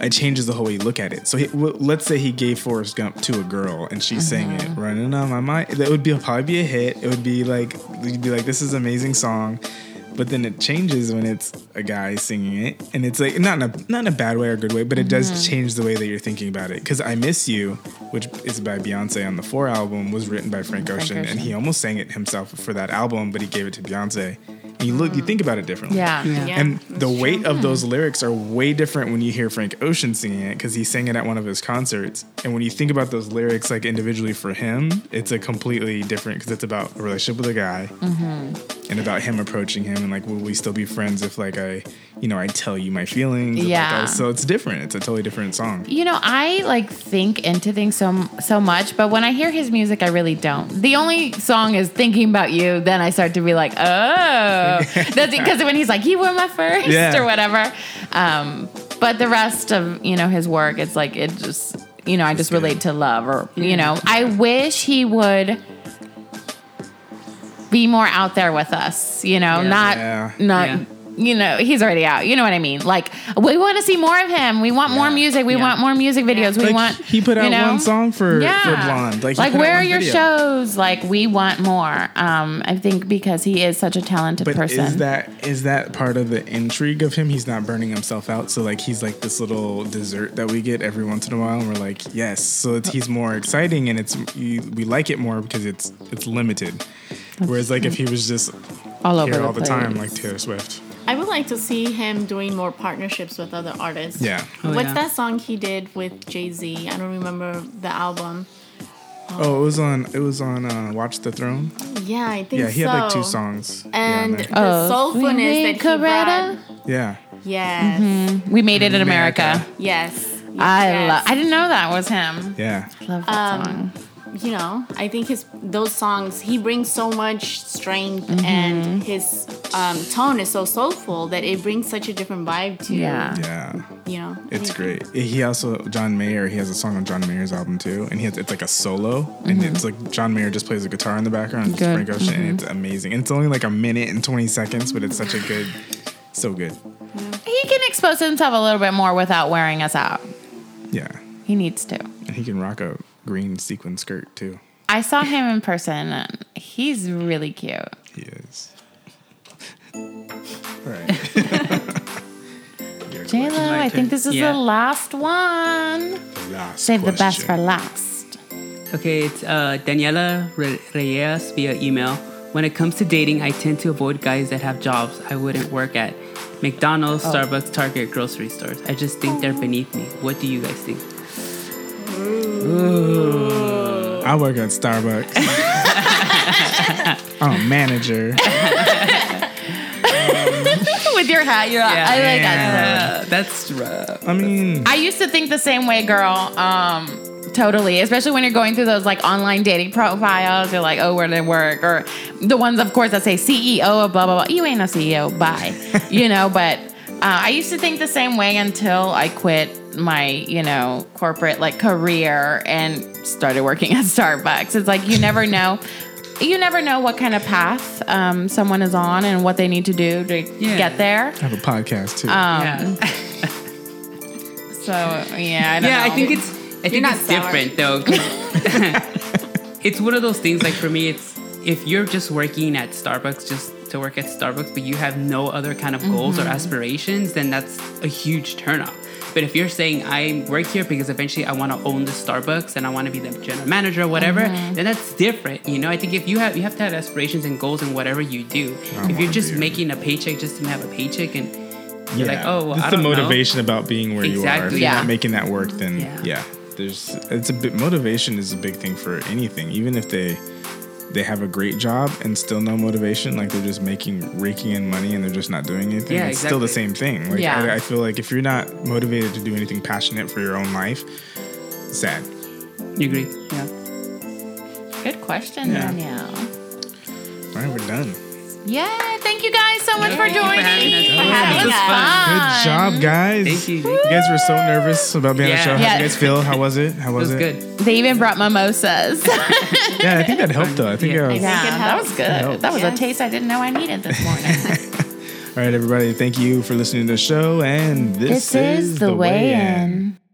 it changes the whole way you look at it. So he, w- let's say he gave Forrest Gump to a girl and she sang it, running on my mind. That would be probably be a hit. It would be like you'd be like, this is an amazing song. But then it changes when it's a guy singing it, and it's like not in a not in a bad way or good way, but it does change the way that you're thinking about it. Because "I Miss You," which is by Beyonce on the Four album, was written by Frank Ocean, Ocean. and he almost sang it himself for that album, but he gave it to Beyonce. And you look, you think about it differently. yeah. Yeah, And that's the weight true. of those lyrics are way different when you hear Frank Ocean singing it because he sang it at one of his concerts. And when you think about those lyrics, like individually for him, it's a completely different because it's about a relationship with a guy and about him approaching him and like, will we still be friends if like I, you know, I tell you my feelings? and, like, Yeah. all- so it's different. It's a totally different song. You know, I like think into things so so much, but when I hear his music, I really don't. The only song is "Thinking About You." Then I start to be like, "Oh, that's because when he's like, he wore my first Yeah. or whatever." Um, but the rest of you know his work, it's like it just you know I just good. relate to love, or you know, I wish he would be more out there with us. You know, Yeah. not Yeah. not. Yeah. You know, he's already out. You know what I mean? Like, we want to see more of him. We want more Yeah. music. We Yeah. want more music videos. We Like, want. he put you out know? one song for, for Blonde. Like, Like, he put out where are one your video. shows? Like, we want more. Um, I think because he is such a talented But person. is that is that part of the intrigue of him? He's not burning himself out, so like he's like this little dessert that we get every once in a while, and we're like, yes. So it's, he's more exciting, and it's you, we like it more because it's it's limited. Whereas like if he was just all over here the all the place. time, like Taylor Swift, I would like to see him doing more partnerships with other artists. yeah. Oh, What's yeah. that song he did with Jay Z? I don't remember the album. Oh, it was on. It was on uh, Watch the Throne. Yeah, I think Yeah, he had like so. two songs. yeah, on And there. Oh. the soulfulness that he brought. yeah, Yes. We made it in America. America. Yes. Mm-hmm. I Yes. Um, love. I didn't know that was him. yeah. Love that song. you know, I think his those songs he brings so much strength and his um, tone is so soulful that it brings such a different vibe to Yeah. Yeah, you know. it's anything. great. He also John Mayer. He has a song on John Mayer's album too, and he has it's like a solo, and it's like John Mayer just plays a guitar in the background, just Mm-hmm. Good. Mm-hmm. Frank Ocean, and it's amazing. And it's only like a minute and twenty seconds, but it's such a good, so good. He can expose himself a little bit more without wearing us out. Yeah, He needs to. and he can rock a green sequin skirt too. I saw him in person. and He's really cute. He is. All right. Your J Lo, My I turn. think this is Yeah. the last one. last Save the best for question. last. Okay, it's uh, Daniela Re- Reyes via email. When it comes to dating, I tend to avoid guys that have jobs I wouldn't work at. McDonald's, Starbucks, Target, grocery stores. I just think they're beneath me. What do you guys think? I work at Starbucks. I'm a manager. With your hat, you're like, I like that. Uh, that's rough. I mean, I used to think the same way, girl. Um, totally. Especially when you're going through those like online dating profiles. You're like, oh, where did it work? Or the ones, of course, that say CEO of blah, blah, blah. You ain't no CEO. Bye. you know, but uh, I used to think the same way until I quit my, you know, corporate like career and started working at Starbucks. It's like, you never know. You never know what kind of path um, someone is on and what they need to do to Yeah. get there. I have a podcast too. yeah. So yeah, I don't yeah, know. I think it's I think not it's sour. different though. 'cause- it's one of those things. Like for me, it's if you're just working at Starbucks just to work at Starbucks, but you have no other kind of goals or aspirations, then that's a huge turnoff. But if you're saying I work here because eventually I want to own the Starbucks and I want to be the general manager or whatever, then that's different. You know, I think if you have you have to have aspirations and goals in whatever you do. if you're wanna just be a- making a paycheck just to have a paycheck and you're like, oh, well, That's I the don't know. motivation about being where you are. If Exactly. you're Yeah. not making that work, then Yeah. yeah. There's it's a bit motivation is a big thing for anything. Even if they they have a great job and still no motivation, like they're just making raking in money and they're just not doing anything. Yeah, it's still the exactly. same thing. Like Yeah. I, I feel like if you're not motivated to do anything passionate for your own life, sad. you agree? Yeah. Good question, Yeah. Danielle. All right, we're done. Yeah, thank you guys so much for Thank you for joining. Uh, having us. That Having was us. fun. Good job, guys. Thank you. You guys were so nervous about being on the Yeah. show. How Yeah. did you guys feel? How was it? How It was was it? good. They even brought mimosas. yeah, Yeah, I think that helped though. I think uh, Yeah. I was that was good. helped. That was a Yes. taste I didn't know I needed this morning. All right, everybody, thank you for listening to the show. And this, is, the way in.